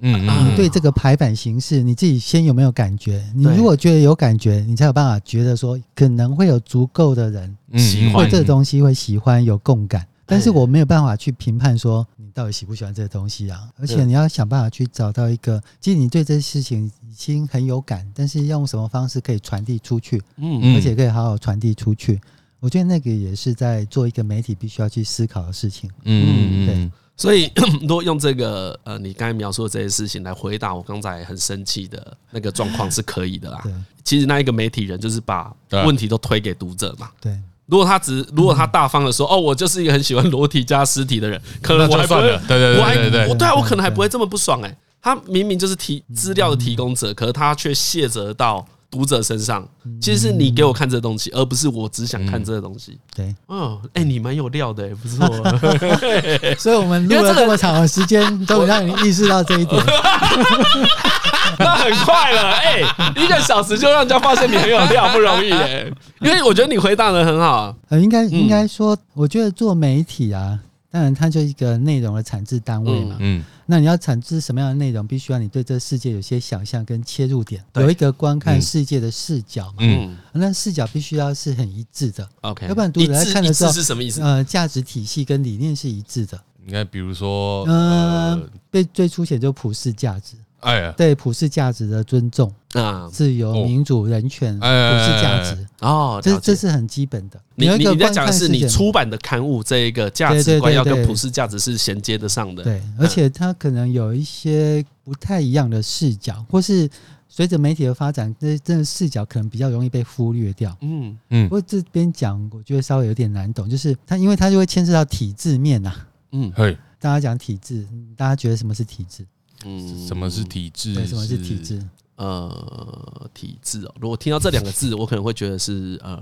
B: 嗯
C: 你
B: 嗯，
C: 对这个排版形式，你自己先有没有感觉？你
A: 对
C: 如果觉得有感觉，你才有办法觉得说可能会有足够的人
B: 嗯
A: 喜欢
C: 对这个东西会喜欢有共感，但是我没有办法去评判说你到底喜不喜欢这个东西啊。而且
A: 嗯
C: 你要想办法去找到一个，即使你对这事情已经很有感，但是用什么方式可以传递出去，
A: 嗯，
B: 嗯
C: 而且可以好好传递出去。我觉得那个也是在做一个媒体必须要去思考的事情。
B: 嗯嗯嗯，
A: 所以 如果用这个呃，你刚才描述的这些事情来回答我刚才很生气的那个状况是可以的啦
C: 对。
A: 其实那一个媒体人就是把
B: 对
A: 问题都推给读者嘛。
C: 对，
A: 如果他只如果他大方的说哦，我就是一个很喜欢裸体加尸体的人，可能
B: 那
A: 我
B: 就
A: 还不
B: 算
A: 会
B: 了，对对
A: 我还
B: 对对
A: 我
B: 对，
A: 对啊，嗯我
C: 对
A: 可能还不会这么不爽哎、他明明就是提资料的提供者，可是他却卸责到读者身上。其实是你给我看这东西，而不是我只想看这东西。
C: 对，
A: 嗯，哎，你蛮有料的、欸，不 错。
C: 所以我们
A: 因
C: 录
A: 为
C: 了
A: 这个
C: 这么长的时间，终于让你意识到这一点。
A: 那很快 了，哎、一个小时就让人家发现你很有料，不容易哎、 因为我觉得你回答的很好，啊
C: 呃，应该应
A: 嗯
C: 该说，我觉得做媒体啊，当然它就是一个内容的产制单位嘛。
B: 嗯
C: 那你要产制什么样的内容，必须要你对这世界有些想象跟切入点，
A: 对
C: 有一个观看
B: 嗯
C: 世界的视角嘛。
B: 嗯
A: 嗯
C: 那视角必须要是很一致的，
A: ，OK。
C: 要不然读
A: 一
C: 者在
A: 致
C: 看
A: 一
C: 的时
A: 致
C: 候，
A: 是什么意思？
C: 呃，价值体系跟理念是一致的。
B: 应该比如说，
A: 哦
C: 嗯、
B: 呃，
C: 被最初写就普世价值，
B: 哎呀，
C: 对普世价值的尊重，
A: 啊，
C: 自由、
B: 哦
C: 民主、人权，普
B: 哎哎哎
C: 世价
B: 哎哎
C: 值，
A: 哦，
C: 这
A: 了解
C: 这是很基本的。
A: 你
C: 有一
A: 你
C: 个
A: 你在
C: 观
A: 讲的
C: 看
A: 是
C: 世
A: 你
C: 界嘛
A: 出版的刊物这一个价
C: 对
A: 值
C: 对
A: 观
C: 对
A: 要跟
C: 对
A: 普世价值是衔接得上的，
C: 对，而且它可能有一些不太一样的视角，或是随着媒体的发展，这这视角可能比较容易被忽略掉。
A: 嗯，
B: 嗯
C: 不过这边讲，我觉得稍微有点难懂，就是它，因为它就会牵涉到体制面呐、啊。
A: 嗯
B: 嘿，
C: 大家讲体制，嗯大家觉得什么是体制？
A: 嗯，
B: 什么是体制
C: 对，？什么是体制？
A: 呃体制哦？如果听到这两个字，我可能会觉得是呃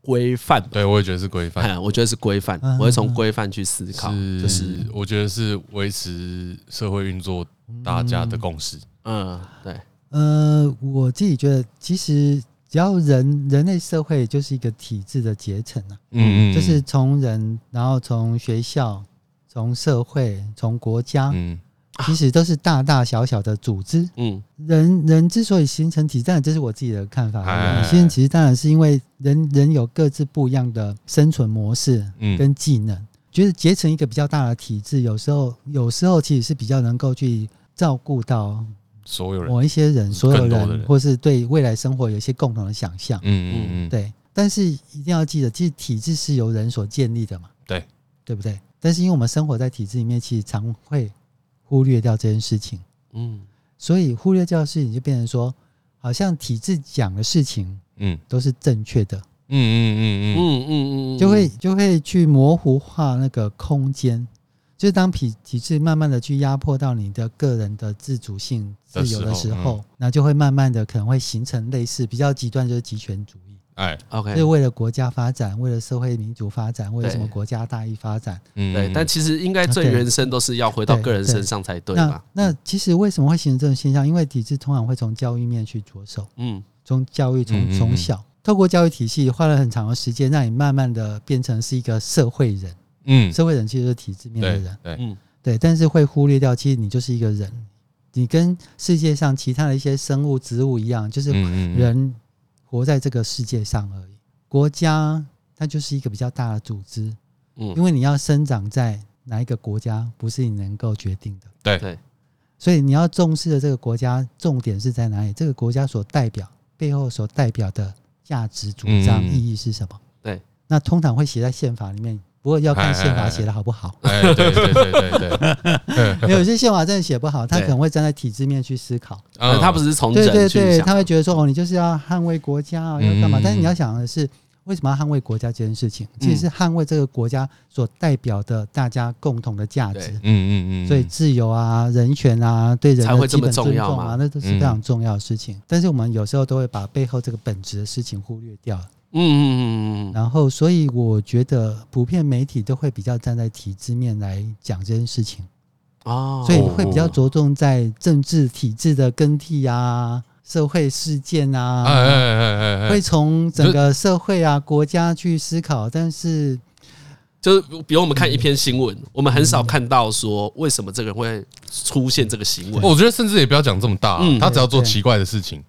A: 规范吧，
B: 对，我也觉得是规范，
A: 哎，我觉得是规范
C: 嗯，
A: 我会从规范去思考，
B: 是
A: 就是
B: 我觉得是维持社会运作大家的共识。
A: 嗯，对，
C: 呃，我自己觉得，其实只要人人类社会就是一个体制的结成啊，
B: 嗯
C: 就是从人，然后从学校，从社会，从国家，
B: 嗯
C: 其实都是大大小小的组织。
A: 嗯
C: 人人之所以形成体制，当然这是我自己的看法啊而
B: 哎
C: 已。现在其实当然是因为人人有各自不一样的生存模式
B: 嗯
C: 跟技能，觉得结成一个比较大的体制，有时候有时候其实是比较能够去照顾到
B: 所有人，
C: 某一些人、所有
B: 更多的
C: 人，
B: 人
C: 或是对未来生活有一些共同的想象。
B: 嗯嗯嗯，
C: 对，但是一定要记得，其实体制是由人所建立的嘛，
B: 对
C: 对不对？但是因为我们生活在体制里面，其实常会忽略掉这件事情。
A: 嗯，
C: 所以忽略掉的事情就变成说，好像体制讲的事情
B: 嗯
C: 都是正确的，
B: 嗯嗯嗯嗯，
A: 嗯嗯嗯，
C: 就会就会去模糊化那个空间。就是当体体制慢慢的去压迫到你的个人的自主性、
B: 的
C: 自由的
B: 时
C: 时
B: 候
A: 嗯
C: 候，那就会慢慢的可能会形成类似比较极端，就是极权主义，
B: 哎，
A: OK
C: 就是为了国家发展，为了社会民主发展，为了
A: 对
C: 什么国家大义发展。
B: 嗯
A: 对，但其实应
C: 啊
A: 该最原生都是要回到个人身上才对
C: 那
A: 吧？嗯
C: 那其实为什么会形成这种现象？因为体制通常会从教育面去着手。
A: 嗯
C: 从教育
B: 嗯嗯
C: 从
B: 嗯
C: 从小透过教育体系花了很长的时间，让你慢慢的变成是一个社会人。
B: 嗯，
C: 社会人其实就是体制面的
B: 对
C: 人，
B: 对，
A: 嗯
C: 对，但是会忽略掉，其实你就是一个人，你跟世界上其他的一些生物、植物一样，就是
B: 嗯
C: 人活在这个世界上而已。国家它就是一个比较大的组织，因
A: 嗯，
C: 为你要生长在哪一个国家，不是你能够决定的。
B: 对
A: 对，
C: 所以你要重视的这个国家，重点是在哪里？这个国家所代表背后所代表的价值主张、
B: 嗯
C: 意义是什么？
A: 对，
C: 那通常会写在宪法里面，不过要看宪
B: 哎哎哎
C: 法
B: 哎
C: 写的好不 好。
B: 哎，对对对对对，
C: 没有有些宪法真的写不好，他
A: 对
C: 可能会站在体制面去思考。
A: 呃他不是从
C: 对对
A: 人
C: 对，
A: 去
C: 他
A: 想，
C: 会觉得说哦，你就是要捍卫国家啊，要干嘛？
B: 嗯
C: 但是你要想的是，为什么要捍卫国家这件事
A: 嗯
C: 情？其实是捍卫这个国家所代表的大家共同的价值
A: 对。
B: 嗯嗯嗯，
C: 所以自由啊、人权啊、对人
A: 才
C: 的
A: 会
C: 基本
A: 这么
C: 尊
A: 重要
C: 重
A: 嘛嗯
C: 啊，那都是非常重要的事情。但是我们有时候都会把背后这个本质的事情忽略掉。
A: 嗯嗯嗯嗯
C: 然后，所以我觉得普遍媒体都会比较站在体制面来讲这件事情，
A: 嗯，哦，
C: 所以会比较着重在政治体制的更替啊、社会事件
B: 哎哎
C: 啊，
B: 哎哎哎，
C: 会从整个社会啊、国家去思考。但是，
A: 就是比如我们看一篇新闻，我们很
C: 嗯
A: 少看到说为什么这个人会出现这个行为，
B: 哦我觉得甚至也不要讲这么大、啊
A: 嗯
B: 他只要做奇怪的事情，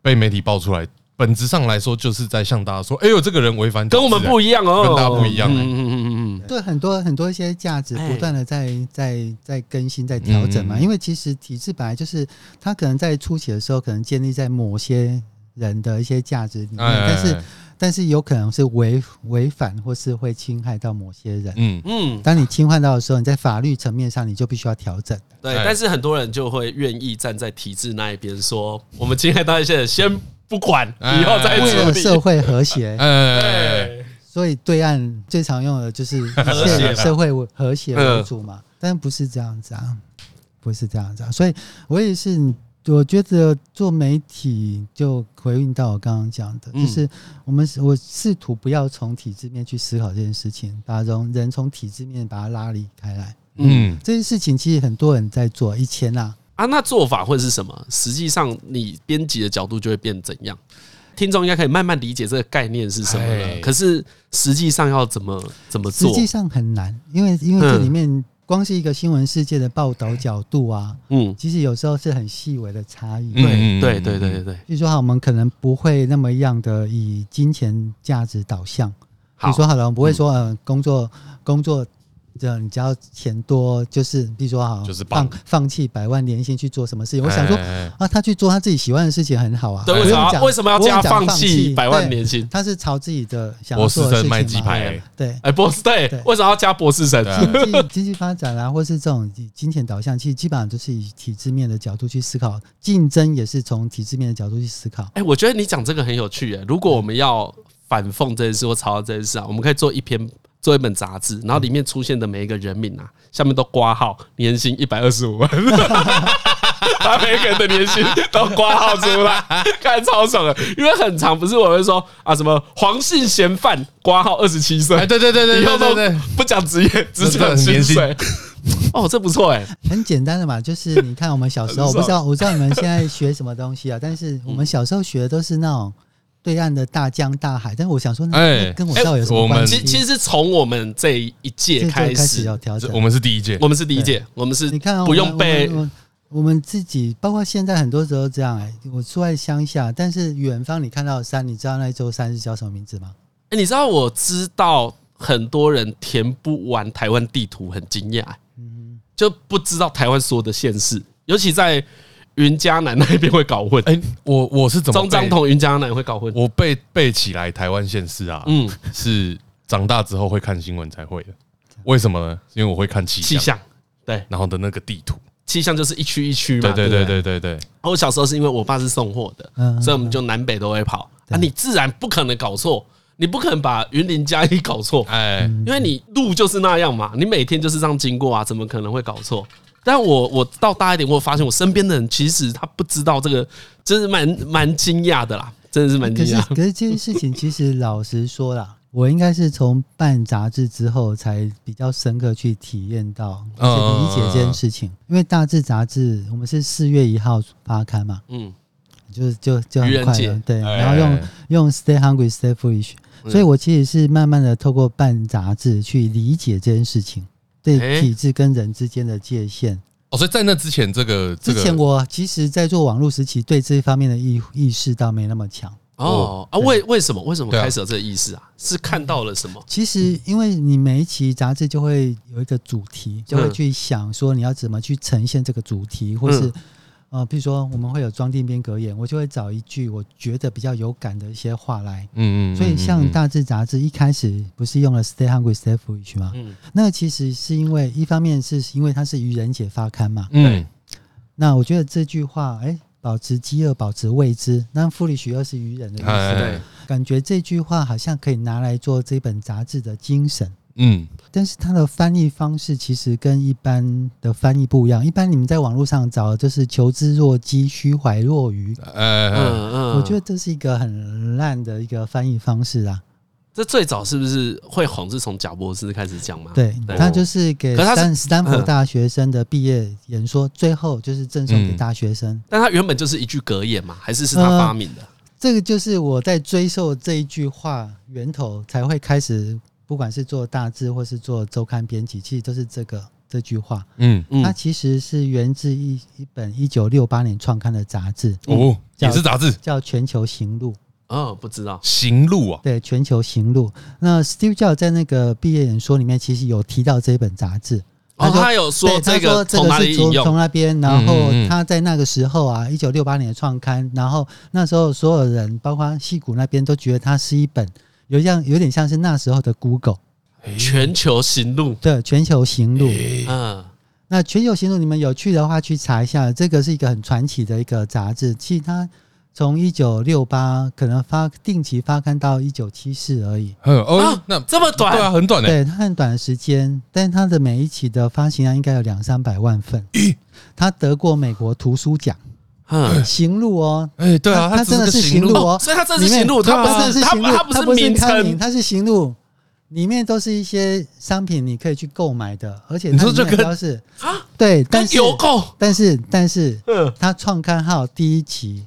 B: 被媒体爆出来，本质上来说就是在向大家说：“哎呦，这个人违反
A: 跟我们不
B: 一
A: 一样哦，
B: 啊跟大家不一样
A: 嗯
B: 欸
A: 嗯嗯嗯
C: 对很多很多一些价值
A: 哎
C: 不断的在在在更新、在调整嘛。
B: 嗯
C: 因为其实体制本来就是它可能在初期的时候，可能建立在某些人的一些价值里面，
B: 哎
C: 但是但是有可能是违违反或是会侵害到某些人。
B: 嗯，
A: 嗯嗯，
C: 当你侵犯到的时候，你在法律层面上你就必须要调整。
A: 对。
B: 哎
A: 但是很多人就会愿意站在体制那一边，说我们侵害到一些人，先不管，
B: 哎
A: 以后再
C: 为
A: 处
C: 了社
A: 理。
C: 会和谐，
B: 哎，
A: 对，
C: 所以对岸最常用的就是以
A: 和谐啦嗯
C: 社社会为和谐为主嘛，但不是这样子啊，不是这样子啊，所以我也是，我觉得做媒体就回应到我刚刚讲的，
A: 嗯
C: 就是我们我试图不要从体制面去思考这件事情，把从人从体制面把它拉离开来，
B: 嗯，
C: 这件事情其实很多人在做，以前啊，
A: 啊，那做法会是什么？实际上，你编辑的角度就会变怎样？听众应该可以慢慢理解这个概念是什么了。
B: 哎
A: 可是实际上要怎么怎么
C: 实
A: 做？嗯
C: 际上很难，因为因为这里面光是一个新闻事件的报道角度啊，
A: 嗯，
C: 其实有时候是很细微的差异。
A: 对
B: 嗯
A: 对对对对对，
C: 比如说，好，我们可能不会那么样的以金钱价值导向。比
A: 好嗯
C: 如，说，好了，我们不会说，呃，工作工作，这你只要钱多，就是比如说，好，
B: 就是棒
C: 放放弃百万年薪去做什么事情。我想
B: 哎
C: 说，啊，他去做他自己喜欢的事情很好啊。
A: 哎对，
C: 不
A: 为什
C: 用
A: 么
C: 讲
A: 要为什么要
C: 不用
A: 加
C: 讲
A: 放
C: 放
A: 弃百万
C: 对
A: 年薪？
C: 他是朝自己的想要
B: 我
C: 做
B: 是
C: 的
B: 在
C: 事情
B: 卖鸡
C: 嘛
B: 排、
C: 对，
A: 哎，博士对
C: 对，
A: 为什么要加博士生？
B: 对啊
C: 经济经济发展啊，或是这种以金钱导向，其实基本上都是以体制面的角度去思考，竞争也是从体制面的角度去思考。
A: 哎，我觉得你讲这个很有趣。哎，如果我们要反讽这件事或嘲笑这件事啊，我们可以做一篇。做一本杂志，然后里面出现的每一个人名啊，下面都挂号，年薪一百二十五万， 把每一个人的年薪都挂号出来，看超爽的。因为很长，不是我会说啊，什么黄姓嫌犯挂号二十七岁
B: 哎，，对对对对
A: 以后
B: 对
A: 都
B: 对对，
A: 不讲职业，只讲薪水。哦，这不错哎，
C: 很简单的嘛，就是你看我们小时
A: 很
C: 候，我
A: 爽
C: 不知道我不知道你们现在学什么东西啊，但是我们小时候学的都是那种对岸的大江大海，但是我想说，那
B: 哎
C: 那跟我到底有什么
B: 哎
C: 关系？
A: 其其实是从我们这一届
C: 这就
A: 开
C: 开始
A: 始，
C: 要调
B: 这
C: 整。
B: 我们是第一届
A: 我们是第一届，我们是
C: 你看、啊，
A: 不
C: 我们
A: 用被
C: 我们我们我们自己，包括现在很多时候这样哎、我住在乡下，但是远方你看到的山，你知道那一座山是叫什么名字吗？
A: 哎、你知道我知道很多人填不完台湾地图，很惊讶、
C: 嗯
A: 就不知道台湾所有的县市，尤其在云嘉南那边会搞混，
B: 哎、我我是怎么
A: 中彰
B: 被
A: 同云嘉南会搞混。
B: 我背背起来台湾县市啊，
A: 嗯，
B: 是长大之后会看新闻才会的。为什么呢？因为我会看气
A: 气
B: 象，
A: 象，对，
B: 然后的那个地图。
A: 气象就是一区一区嘛。
B: 对对
A: 不
B: 对对对对，
A: 啊我小时候是因为我爸是送货的，
C: 嗯
A: 所以我们就南北都会跑。啊，你自然不可能搞错，你不可能把云林嘉义搞错，
B: 哎，
A: 因为你路就是那样嘛，你每天就是这样经过啊，怎么可能会搞错？但我我到大一点，我发现我身边的人其实他不知道这个，真是蛮蛮惊讶的啦，真的是蛮
C: 可
A: 惊
C: 是
A: 讶。
C: 可是这件事情，其实老实说啦，我应该是从办杂志之后才比较深刻去体验到、去
A: 嗯
C: 理解这件事情。因为大志杂志，我们是四月一号发刊嘛，
A: 嗯，
C: 就是就就
A: 愚
C: 很
A: 人
C: 快
A: 节嗯
C: 了，对，啊
B: 哎
C: 然后用用 Stay Hungry Stay Foolish，所以我其实是慢慢的透过办杂志去理解这件事情，
A: 哎
C: 对体制跟人之间的界限。
B: 哦，所以在那之前，这个这
C: 之
B: 个，
C: 前我其实，在做网络时期，对这一方面的意意识到没那么强。
A: 哦啊，为为什么为什么
B: 对啊
A: 开始有这个意识啊？是看到了什么？
C: 其实，因为你每一期杂志就会有一个主题，就会去想说你要怎么去呈现这个主题，或是
A: 嗯
C: 呃，比如说我们会有装订边格言，我就会找一句我觉得比较有感的一些话来。
B: 嗯嗯嗯嗯
C: 所以，像大志杂志一开始不是用了 “Stay Hungry, Stay Foolish” 吗？
A: 嗯
C: 那其实是因为一方面是因为它是愚人节发刊嘛，
B: 嗯
C: 那我觉得这句话，哎、保持饥饿，保持未知，那 “foolish” 又是愚人的意
B: 哎
C: 思，
A: 对，
C: 感觉这句话好像可以拿来做这本杂志的精神。
B: 嗯
C: 但是它的翻译方式其实跟一般的翻译不一样。一般你们在网络上找的就是“求之若饥，虚怀若愚”，
B: 哎哎，
A: 嗯嗯，
C: 我觉得这是一个很烂的一个翻译方式啊。
A: 这最早是不是会红是从贾博士开始讲吗？
C: 对，他就是给
A: 嗯可是它是
C: 丹斯坦福
A: 嗯
C: 大学生的毕业演说，最后就是赠送给
B: 嗯
C: 大学生。
A: 但他原本就是一句格言嘛，还是是他发明
C: 呃
A: 的？
C: 这个就是我在追溯这一句话源头，才会开始，不管是做大志或是做周刊编辑，其实都是这个这句话。
B: 嗯
A: 嗯
C: 它其实是源自一一本一九六八年创刊的杂志，
B: 哦，
C: 叫
B: 也是杂志《
C: 叫《全球行路》。
A: 哦，不知道，
B: 行路》啊，
C: 对，《全球行路》。那 Steve Jobs 在那个毕业演说里面，其实有提到这本杂志。
A: 哦，
C: 说
A: 他有说
C: 对，他
A: 这
C: 说
A: 个
C: 这
A: 从哪
C: 个
A: 里
C: 是
A: 引
C: 从
A: 用
C: 从？那边，然后
B: 嗯嗯嗯
C: 他在那个时候啊，一九六八年的创刊，然后那时候所有人，包括戏谷那边，都觉得它是一本有像有点像是那时候的 Google
A: 全球行路，
C: 对全球行路。
A: 嗯，
C: 那全球行路，你们有去的话去查一下，这个是一个很传奇的一个杂志。其实它从一九六八可能发定期发刊到一九七四而已，
B: 嗯哦
A: 啊，
B: 那
A: 这么
B: 对啊，
A: 短，
B: 很短的，
C: 对，它很短的时间，但它的每一期的发行量应该有两三百万份。它得过美国图书奖。
A: 嗯，
C: 行路哦，
B: 哎，对啊，
C: 它它
B: 只
C: 真的
B: 个
C: 是
B: 行
C: 行路哦
A: 哦，所以他这是
C: 里面
A: 行路，
C: 对
A: 他
C: 啊它真
A: 不
C: 的
A: 是
C: 是
A: 他
C: 行路，
A: 他
C: 它
A: 是名
C: 刊
A: 称
C: 名，，它是行路，里面都是一些商品，你可以去购买的，而且
B: 你
C: 它
B: 说
C: 里
B: 这
C: 面
B: 跟
C: 标示
A: 啊，
C: 对，但
A: 跟
C: 是
A: 邮购，
C: 但是但是
A: 嗯，
C: 它创刊号第一期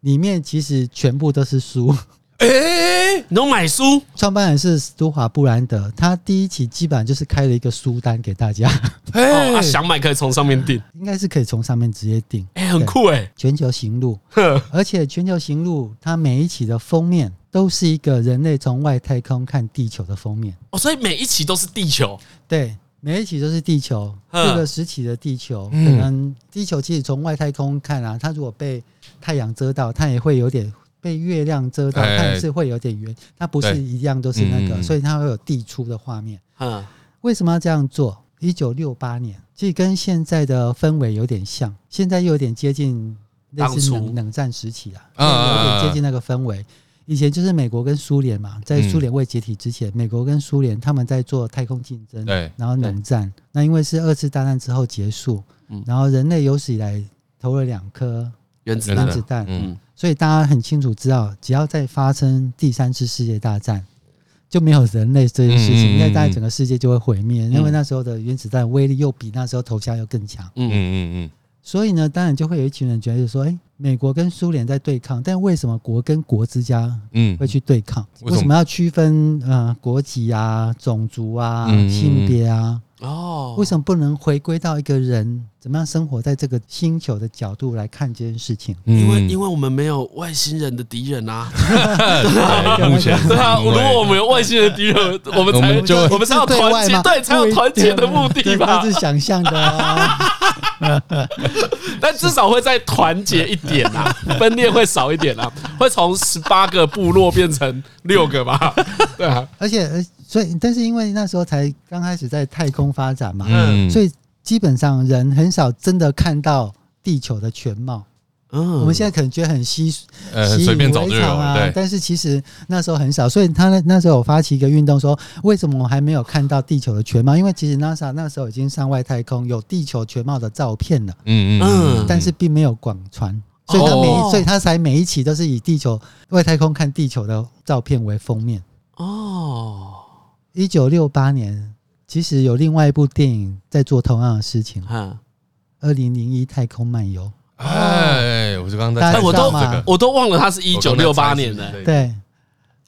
C: 里面其实全部都是书，
A: 哎，你有买书，
C: 创办人是斯图华布兰德，他第一期基本上就是开了一个书单给大家，
A: 哦，啊
B: 哎，
A: 想买可以从上面订，
C: 应该是可以从上面直接订
A: 哎，很酷哎，
C: 全球行路。
A: 哼
C: 而且《全球行路》它每一期的封面都是一个人类从外太空看地球的封面，
A: 哦，所以每一期都是地球，
C: 对，每一期都是地球，
A: 嗯
C: 这个时期的地球，可
B: 嗯
C: 能地球其实从外太空看啊，它如果被太阳遮到，它也会有点。被月亮遮到，
B: 哎
C: 它也是会有点圆，它不是
B: 对
C: 一样都是那
B: 嗯嗯
C: 个，
B: 嗯
C: 所以它会有地出的画面。
A: 嗯，
C: 为什么要这样做？一九六八年，其实跟现在的氛围有点像，现在又有点接近类似
A: 当初
C: 冷冷战时期啊，
B: 啊啊啊
C: 有点接近那个氛围。以前就是美国跟苏联嘛，在
B: 嗯
C: 苏联未解体之前，美国跟苏联他们在做太空竞争，
B: 对
C: 然后冷战。那因为是二次大战之后结束，
A: 嗯
C: 然后人类有史以来投了两颗
A: 原子
B: 原
A: 弹
C: 原
B: 子
C: 子弹，
B: 嗯，
C: 所以大家很清楚知道，只要再发生第三次世界大战，就没有人类这件事
B: 嗯嗯嗯
C: 情，
B: 嗯
C: 因为大家整个世界就会毁灭，因为那时候的原子弹威力又比那时候投下又更强，
B: 嗯
A: 嗯
B: 嗯嗯，
C: 所以呢，当然就会有一群人觉得说，哎、美国跟苏联在对抗，但为什么国跟国之间
B: 嗯
C: 会去对抗？
B: 为什么
C: 为什么要区分呃国籍啊、种族啊、
B: 嗯
C: 性别啊？
A: 哦
C: 为什么不能回归到一个人怎么样生活在这个星球的角度来看这件事情？
A: 因为因
B: 为
A: 为我们没有外星人的敌人啊，
B: 哎目前
A: 对啊，
B: 因
A: 如
B: 为
A: 果我们有外星人的 敌人，我们才
B: 我们就
A: 我们才有
C: 是对
A: 团
C: 外
A: 结，
C: 吗
A: 对，才有团结的目的
C: 对
A: 吧
C: 那。是想象的哦。
A: 但至少会再团结一点啊，分裂会少一点啊，会从十八个部落变成六个吧？对啊，
C: 而且，呃所以，但是因为那时候才刚开始在太空发展嘛，
B: 嗯，
C: 所以基本上人很少真的看到地球的全貌。
A: 嗯
C: 我们现在可能觉得很稀稀
B: 呃
C: 以
B: 随便找
C: 为
B: 就有
C: 常啊，
B: 了，对，
C: 但是其实那时候很少，所以他那那时候有发起一个运动说，为什么我还没有看到地球的全貌？因为其实 NASA 那时候已经上外太空有地球全貌的照片了，
B: 嗯
A: 嗯
C: 但是并没有广传。所以他每一、
A: 哦
C: 所以他才每一期都是以地球外太空看地球的照片为封面。
A: 哦，
C: 一九六八年，其实有另外一部电影在做同样的事情，《
A: 嗯，
C: 二零零一太空漫游》。
B: 哎，我是刚刚
A: 哎，
B: 在
C: 大家
B: 猜
A: 我
C: 知
A: 都
C: 道
B: 这
C: 吗
B: 个，
A: 我都忘了他是一九六八年的，
B: 对，
C: 对，《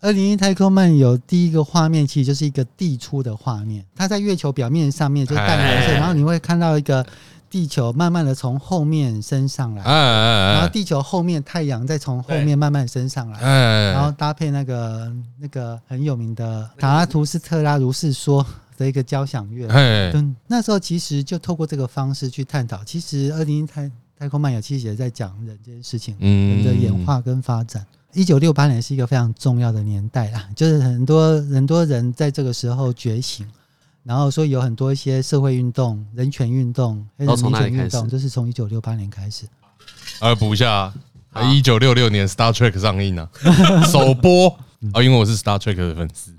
C: 二零一太空漫游》第一个画面其实就是一个地出的画面，它在月球表面上面就是淡蓝色，
A: 哎
C: 然后你会看到一个地球慢慢的从后面升上
B: 哎
C: 来，然后
B: 哎
C: 地球后面太阳再从后
A: 对
C: 面慢慢升上
B: 哎
C: 来。
B: 哎，
C: 然后搭配那个那个很有名的塔拉图斯特拉如是说的一个交响乐，
B: 哎，
C: 对，那时候其实就透过这个方式去探讨，其实二零一太太空漫游其实也在讲人这件事情，人
B: 嗯
C: 的演，化跟发展。一九六八年是一个非常重要的年代啦，就是很多很多人在这个时候觉醒，然后所以有很多一些社会运动、人权运动、黑
A: 都
C: 人
A: 从
C: 民
A: 哪里
C: 权运
A: 开
C: 动，
A: 始
C: 就是从一九六八年开始。
B: 呃，补一下
A: 好，
B: 一九六六年 Star Trek 上映 啊，首播啊，因为我是 Star Trek 的粉丝，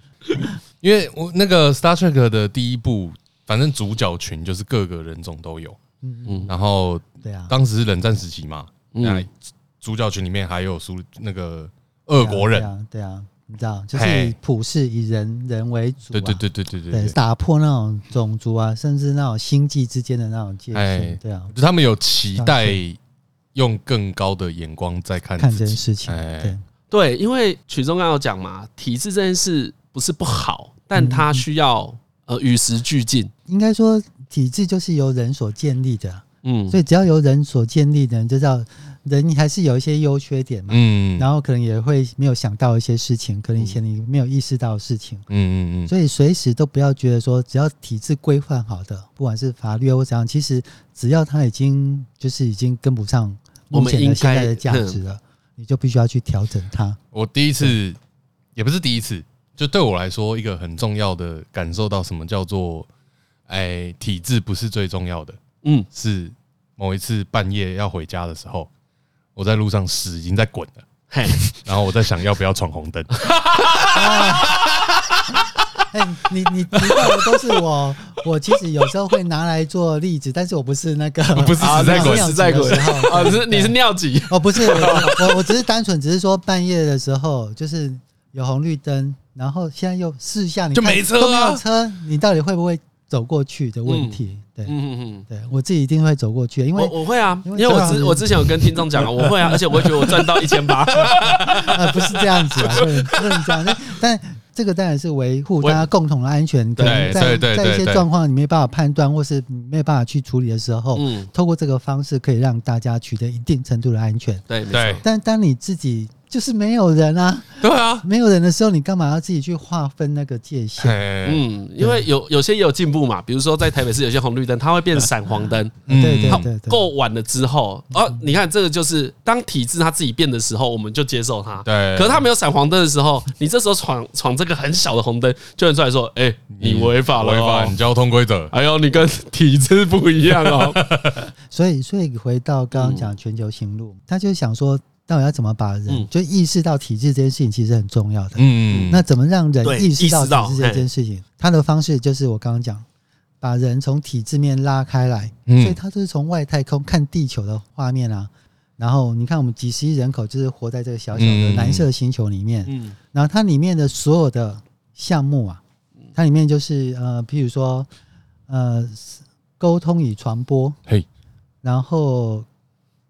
B: 因为我那个 Star Trek 的第一部，反正主角群就是各个人种都有，
C: 嗯，
A: 嗯
B: 然后
C: 对啊，
B: 当时是冷战时期嘛，那
A: 嗯，
B: 主角群里面还有苏那个俄国
C: 对
B: 人，
C: 啊，对啊，你知道，就是
B: 嘿
C: 以普世以人人为主、啊，
B: 对对对对对对
C: 对，
B: 对，
C: 打破那种种族啊，甚至那种星际之间的那种界
B: 哎
C: 限，对啊，
B: 就他们有期待用更高的眼光在看
C: 看这
B: 自
C: 件
B: 己，
C: 事情，
B: 哎
C: 对，
A: 对，因为曲中刚刚有讲嘛，体制这件事不是不好，
C: 嗯
A: 但它需要呃与时俱进，
C: 应该说体制就是由人所建立的，啊
A: 嗯，
C: 所以只要由人所建立的，你就知道人还是有一些优缺点嘛。
B: 嗯，
C: 然后可能也会没有想到一些事情，可能以前你没有意识到的事情，
B: 嗯嗯嗯，
C: 所以随时都不要觉得说，只要体制规范好的，不管是法律啊或怎样，其实只要它已经就是已经跟不上
A: 我
C: 目
A: 们
C: 前
A: 应
C: 的
A: 该
C: 现在的价值了，你就必须要去调整它。
B: 我第一次也不是第一次，就对我来说一个很重要的感受到什么叫做，哎，体制不是最重要的，
A: 嗯，
B: 是某一次半夜要回家的时候，我在路上屎已经在滚了，
A: 嘿，
B: 然后我在想要不要闯红灯，
C: 哎、你你提到的都是我，我其实有时候会拿来做例子，但是我不是那个，
B: 不是
A: 啊
B: 实在
A: 那
B: 滚
A: 是，实在滚
C: 我尿急的时候
A: 啊，你是你是尿急，
C: 哦，不是，我我我只是单纯只是说半夜的时候，就是有红绿灯，然后现在又试一下你看，
B: 就没车啊
C: 都没有车，你到底会不会走过去的问题？对，
A: 嗯嗯嗯。
C: 对我自己一定会走过去，因为
A: 我我会啊，
C: 因
A: 因
C: 为
A: 为我
C: 对
A: 之
C: 啊
A: 我之前有跟听众讲啊，我会 啊，而且我会觉得我赚到一千八，
C: 呃不是这样 子啊，不能不能这样，但但。这个当然是维护大家共同的安全，可能
B: 对
C: 在
B: 对对
C: 在一
B: 对
C: 些
B: 对
C: 状况你没办法判断，或是你没有办法去处理的时候，
A: 嗯，
C: 透过这个方式可以让大家取得一定程度的安全。
A: 对没
B: 对
A: 错，
C: 但当你自己就是没有人啊，
B: 对啊，
C: 没有人的时候，你干嘛要自己去划分那个界限？
B: 哎，
A: 嗯，因为有有些也有进步嘛，比如说在台北市有些红绿灯，它会变闪黄灯，
B: 嗯
C: 对对
A: 它
C: 对对，
A: 够晚了之后，哦，你看这个就是当体制它自己变的时候，我们就接受它。
B: 对，
A: 可是它没有闪黄灯的时候，你这时候闯闯这个很小的红灯，就能出来说，哎，你违法了
B: 违
A: 哦
B: 反。交通规
C: 啊
B: 则，
A: 哎呦，你跟体制不一样哦。
C: 所以所以回到刚刚讲全球行路，他就想说，到底要怎么把人、
A: 嗯
C: 就意识到体制这件事情其实很重要的。
B: 嗯，
C: 那怎么让人
A: 对
C: 意识到
A: 意识到
C: 体制这件事情？他的方式就是我刚刚讲，把人从体制面拉开来，
B: 嗯
C: 所以他就是从外太空看地球的画面啊。然后你看，我们几十亿人口就是活在这个小小的
B: 嗯
C: 蓝色星球里面，
A: 嗯
C: 然后它里面的所有的项目啊，它里面就是呃，譬如说呃，沟通与传播，
B: 嘿，
C: 然后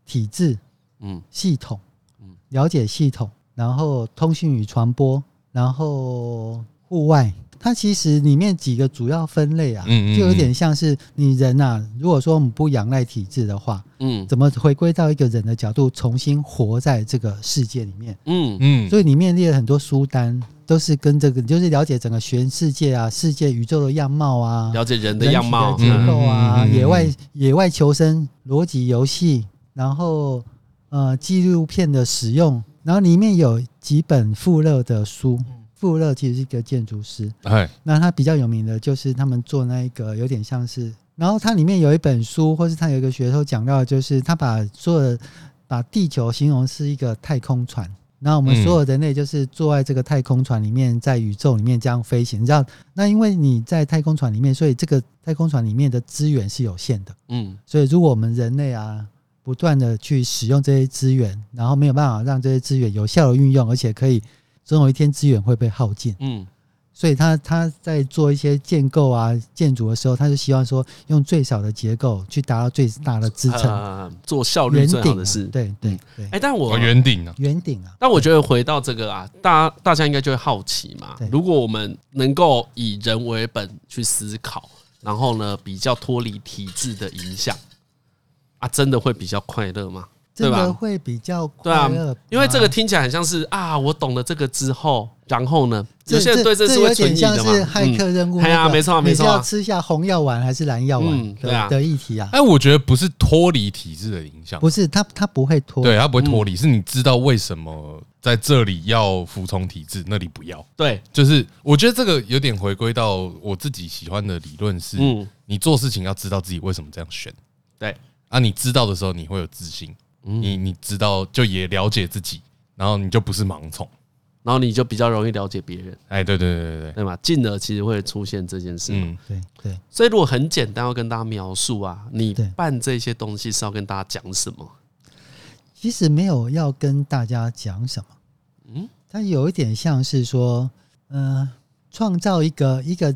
C: 体制，
A: 嗯
C: 系统
A: 嗯，
C: 了解系统，然后通讯与传播，然后户外。它其实里面几个主要分类啊，
B: 嗯嗯嗯
C: 就有点像是你人呐、啊，如果说我们不仰赖体制的话，
A: 嗯
C: 怎么回归到一个人的角度，重新活在这个世界里面？
A: 嗯
B: 嗯
C: 所以里面列了很多书单，都是跟这个，就是了解整个全世界啊，世界宇宙的样貌啊，
A: 了解人
C: 人
A: 的
C: 体
A: 样貌，
C: 结
A: 嗯
C: 构
B: 嗯嗯
C: 啊，
B: 嗯嗯
C: 野外野外求生、逻辑游戏，然后呃纪录片的使用，然后里面有几本富勒的书。
A: 嗯
C: 富勒其实是一个建筑师，
B: 哎，
C: 那他比较有名的就是他们做那一个有点像是，然后它里面有一本书，或是他有一个学授讲到，的就是他把所有的把地球形容是一个太空船，那我们
B: 嗯
C: 所有人类就是坐在这个太空船里面，在宇宙里面这样飞行。你知道，那因为你在太空船里面，所以这个太空船里面的资源是有限的，
A: 嗯
C: 所以如果我们人类啊。不断的去使用这些资源，然后没有办法让这些资源有效的运用，而且可以总有一天资源会被耗尽。
A: 嗯
C: 所以他他在做一些建构啊、建筑的时候，他就希望说用最少的结构去达到最大的支撑，
A: 啊做效率
C: 圆
A: 最
C: 顶、
A: 好
C: 啊、
A: 的事。
C: 对对对，
A: 哎，但我
B: 哦，圆顶啊，
C: 圆顶啊，
A: 但我觉得回到这个啊，大大家应该就会好奇嘛
C: 对。
A: 如果我们能够以人为本去思考，然后呢，比较脱离体制的影响，啊，真的会比较快乐吗？对
C: 这
A: 吧
C: 个会比较
A: 对啊
C: 快乐吧，
A: 因为这个听起来很像是啊，我懂了这个之后，然后呢，
C: 这。
A: 有些人对
C: 这
A: 是会
C: 有
A: 存
C: 点
A: 疑
C: 像
A: 的嘛
C: 是。骇客
A: 嗯
C: 任务、那
A: 哎呀
C: 个
A: 没错啊没错啊
C: 你是要吃下红药丸还是蓝药
A: 嗯
C: 丸
A: 对啊
C: 的的议题啊？
B: 哎，我觉得不是脱离体制的影响，
C: 不是，嗯他他不会拖，
B: 对，它不会脱离，是你知道为什么在这里要服从体制，那里不要。
A: 对，
B: 就是我觉得这个有点回归到我自己喜欢的理论是，
A: 嗯
B: 你做事情要知道自己为什么这样选
A: 对，
B: 啊，你知道的时候你会有自信，
C: 嗯
B: 你你知道就也了解自己，然后你就不是盲从。
A: 然后你就比较容易了解别人，
B: 哎，对对对对对，
A: 对吗？进而其实会出现这件事嘛。
B: 嗯，
C: 对对
A: 所以如果很简单要跟大家描述啊，你
C: 对
A: 办这些东西是要跟大家讲什么？
C: 其实没有要跟大家讲什么，
A: 嗯
C: 嗯，它有一点像是说，呃，创造一个一个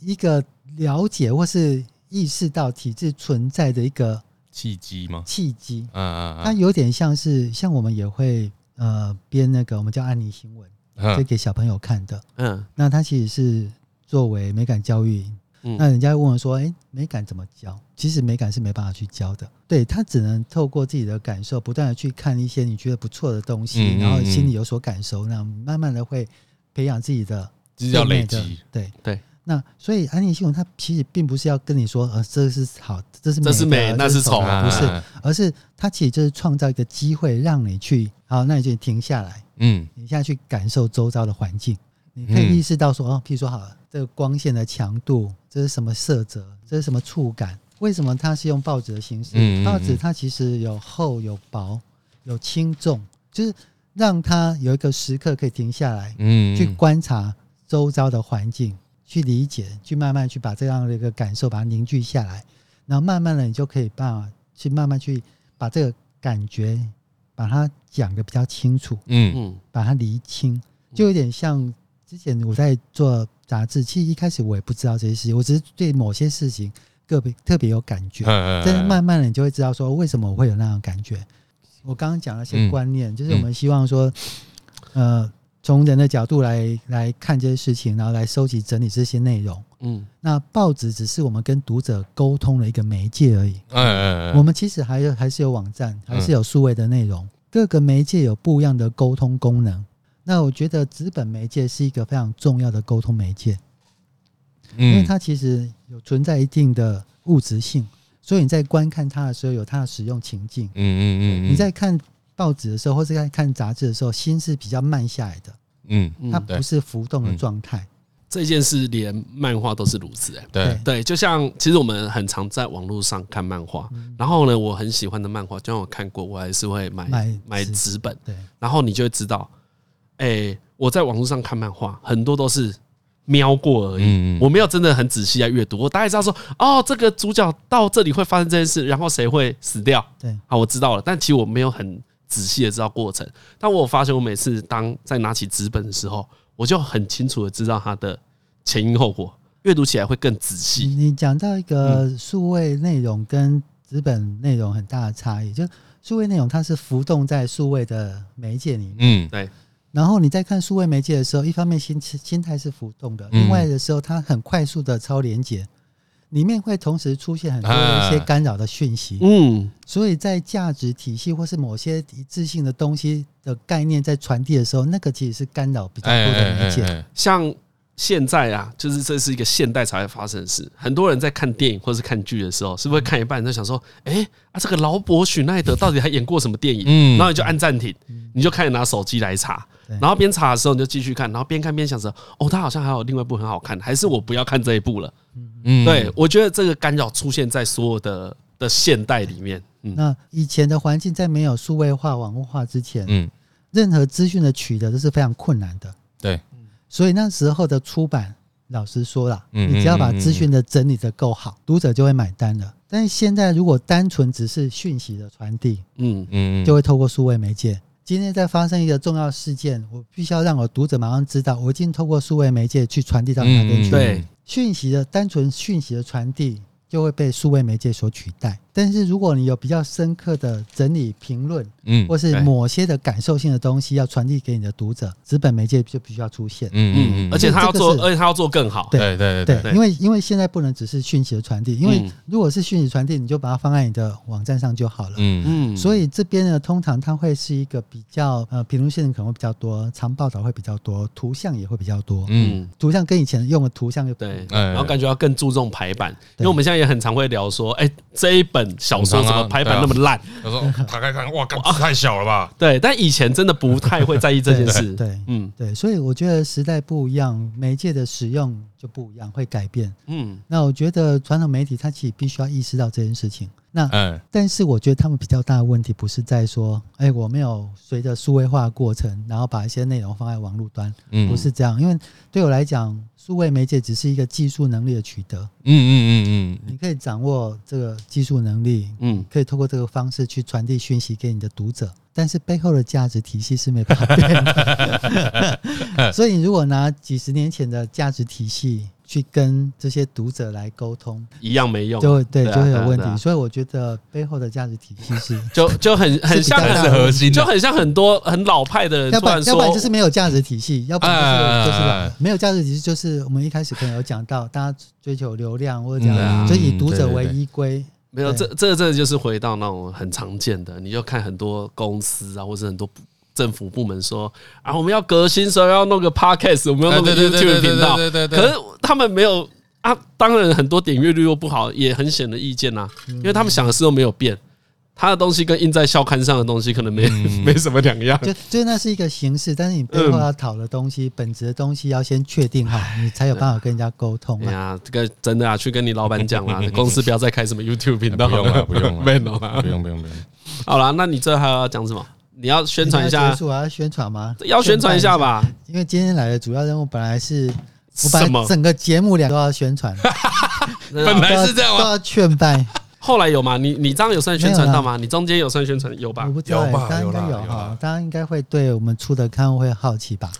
C: 一个了解或是意识到体制存在的一个
B: 契机吗？
C: 契机。
B: 嗯嗯
C: 它有点像是像我们也会呃编那个我们叫案例新闻，
B: 嗯
C: 这
B: 嗯，
C: 给小朋友看的。
A: 嗯
C: 那它其实是作为美感教育
A: 嗯。
C: 那人家会问我说：“哎、美感怎么教？”其实美感是没办法去教的，对他只能透过自己的感受，不断的去看一些你觉得不错的东西，
B: 嗯嗯
C: 然后心里有所感受，那慢慢的会培养自己的
B: 这叫累
C: 对美
B: 积
C: 的。对
A: 对。
C: 那所以安利新闻它其实并不是要跟你说，呃，这是好，这是
A: 这是美
C: 的
A: 那
C: 这
A: 是
C: 是
A: 丑
C: 丑的，不是，
B: 啊
C: 而是它其实就是创造一个机会让你去，好，那你就停下来，
B: 嗯
C: 你现在去感受周遭的环境，你可以
B: 嗯
C: 意识到说，哦，譬如说好了，这个光线的强度，这是什么色泽，这是什么触感？为什么它是用报纸的形式？
B: 嗯嗯嗯
C: 报纸它其实有厚有薄有轻重，就是让它有一个时刻可以停下来，
B: 嗯，
C: 去观察周遭的环境，去理解，去慢慢去把这样的一个感受把它凝聚下来，然后慢慢的你就可以办法去慢慢去把这个感觉把它讲的比较清楚。
B: 嗯
A: 嗯
C: 把它厘清，就有点像之前我在做杂志，其实一开始我也不知道这些事情，我只是对某些事情个别特别有感觉，
B: 嗯，
C: 但是慢慢的你就会知道说为什么我会有那种感觉。我刚刚讲了一些
B: 嗯
C: 观念，就是我们希望说，呃，从人的角度来来看这些事情，然后来收集整理这些内容。
A: 嗯
C: 那报纸只是我们跟读者沟通的一个媒介而已。
B: 哎哎哎，
C: 我们其实还有还是有网站，还是有数位的内容，
B: 嗯
C: 各个媒介有不一样的沟通功能。那我觉得纸本媒介是一个非常重要的沟通媒介，因为
B: 嗯
C: 它其实有存在一定的物质性，所以你在观看它的时候有它的使用情境。
B: 嗯嗯嗯，
C: 你在看报纸的时候，或是在看杂志的时候，心是比较慢下来的，
B: 嗯
A: 嗯，
C: 它不是浮动的
B: 嗯
C: 状态。
A: 这件事连漫画都是如此哎、
B: 对，
A: 对，就像其实我们很常在网络上看漫画，
C: 嗯
A: 然后呢，我很喜欢的漫画，就算我看过，我还是会买
C: 买
A: 买
C: 纸
A: 纸本，
C: 对，
A: 然后你就会知道，哎、我在网络上看漫画，很多都是瞄过而已，
B: 嗯嗯
A: 我没有真的很仔细来阅读，我大概知道说，哦，这个主角到这里会发生这件事，然后谁会死掉，
C: 对，
A: 好，我知道了，但其实我没有很仔细的知道过程。但我有发现，我每次当在拿起纸本的时候，我就很清楚的知道它的前因后果，阅读起来会更仔
C: 你
A: 细。
B: 嗯
C: 你讲到一个数位内容跟纸本内容很大的差异，就数位内容它是浮动在数位的媒介里面。
B: 嗯
A: 对，
C: 然后你在看数位媒介的时候，一方面心心态是浮动的，
B: 嗯
C: 另外的时候它很快速的超连接，里面会同时出现很多一些
B: 啊
C: 干扰的讯息，
A: 嗯，
C: 所以在价值体系或是某些一致性的东西的概念在传递的时候，那个其实是干扰比较
B: 哎
C: 多
B: 哎
C: 的
B: 哎
C: 媒介。
B: 哎，
A: 像现在啊，就是这是一个现代才会发生的事。很多人在看电影或是看剧的时候，是不是会看一半在想说，哎、啊，这个劳勃·许奈德到底还演过什么电影？
B: 嗯
A: 然后你就按暂停，你就开始拿手机来查，
C: 对
A: 然后边查的时候你就继续看，然后边看边想着，哦，他好像还有另外一部很好看，还是我不要看这一部了？
B: 嗯
A: 对，我觉得这个干扰出现在所有的的现代里面，嗯，
C: 那以前的环境在没有数位化、网络化之前，
B: 嗯
C: 任何资讯的取得都是非常困难的。
B: 对，
C: 所以那时候的出版，老实说啦，
B: 嗯
C: 你只要把资讯的整理的够好，读者就会买单了。但是现在如果单纯只是讯息的传递，
A: 嗯，
B: 嗯
C: 就会透过数位媒介。今天在发生一个重要事件，我必须要让我读者马上知道，我已经透过数位媒介去传递到哪
B: 嗯
C: 边去。
A: 对
C: 讯息的单纯讯息的传递就会被数位媒介所取代。但是如果你有比较深刻的整理评论，
B: 嗯
C: 或是
A: 对
C: 某些的感受性的东西要传递给你的读者，纸本媒介就必须要出现。
A: 嗯，而且他要做，而且他要做更好，
C: 对
B: 对对对，
C: 对
A: 对
C: 因为因为现在不能只是讯息的传递，因为
A: 嗯
C: 如果是讯息传递，你就把它放在你的网站上就好了。
B: 嗯
A: 嗯，
C: 所
A: 以
C: 以这边呢，通常它会是一个比较呃，评论线可能会比较多，长报道会比较多，图像也会比较多。
B: 嗯，
C: 图像跟以前用的图像就不一样
A: 对，
B: 哎
A: 然后感觉要更注重排版，因为我们现在也很常会聊说，哎，这一本小说怎么
C: 啊
A: 排版那么烂？
B: 他说打开看，哇，干字太小了吧？
A: 对，但以前真的不太会在意 这件事，
C: 对
A: 嗯
C: 对，所以我觉得时代不一样，媒介的使用就不一样，会改变。
A: 嗯，
C: 那我觉得传统媒体它其实必须要意识到这件事情。那
B: 哎，
C: 但是我觉得他们比较大的问题不是在说，哎、我没有随着数位化的过程，然后把一些内容放在网络端，
B: 嗯
C: 不是这样。因为对我来讲，数位媒介只是一个技术能力的取得，
B: 嗯嗯嗯嗯
C: 你可以掌握这个技术能力，
A: 嗯，
C: 可以透过这个方式去传递讯息给你的读者，但是背后的价值体系是没办法 变的。所以，你如果拿几十年前的价值体系去跟这些读者来沟通，
A: 一样没用，
C: 就会对
A: 对啊
C: 就会
A: 对啊
C: 有问
A: 对啊
C: 题。所以，我觉得背后的价值体系是
A: 就就很很像
C: 是比
B: 才
C: 较大
B: 是
C: 的
B: 核心啊
A: 就
B: 的，
A: 很像很多很老派的人
C: 要
A: 呃突
C: 不然
A: 然，
C: 要不
A: 说
C: 然就是没有价值体系，要不然就是、
B: 哎
C: 就是懒没有价值体系，就是我们一开始可能有讲到，大家追求流量或者讲，
B: 嗯
C: 所以以读
B: 对
C: 者
B: 对
C: 为
B: 对
C: 依归。
A: 没有，
C: 对
A: 这这这就是回到那种很常见的，你就看很多公司啊，或者很多部政府部门说啊，我们要革新，所以要弄个 podcast，我们要弄个
B: 对哎对对
A: YouTube
B: 对对
A: 频道，
B: 对对对，
A: 可是他们没有啊，当然很多点阅率又不好，也很显而易见呐、
B: 嗯
A: 因为他们想的事都没有变，他的东西跟印在校刊上的东西可能 没、没什么两样。
C: 就就那是一个形式，但是你背后要讨的东西、本质的东西要先确定好，你才有办法跟人家沟通
A: 哎
C: 嘛。
A: 呀，这个真的啊，去跟你老板讲 啦，公司不要再开什么 YouTube 频道
B: 不用了，不用了，
A: 没有啦
B: 不。用不用不用，
A: 好啦，那你最后还要讲什么？你要宣传一
C: 你要
A: 下
C: 结，束啊，要宣传吗？
A: 要宣传一下吧？
C: 因为今天来的主要任务本来是
A: 什
C: 我把
A: 么
C: 整个节目两都要 宣传，
A: 真的
B: 本
A: 啊
B: 来是这样
C: 都
B: 吗？
C: 要劝败，
A: 后来有吗？你你这样有算宣传
C: 没有啦
A: 到吗？你中间有算宣传有吧
C: 我？不知道欸
B: 有吧，
C: 大家应该
B: 有啦
C: 有
B: 有啦
C: 哈，大家应该会对我们出的刊物会好奇吧？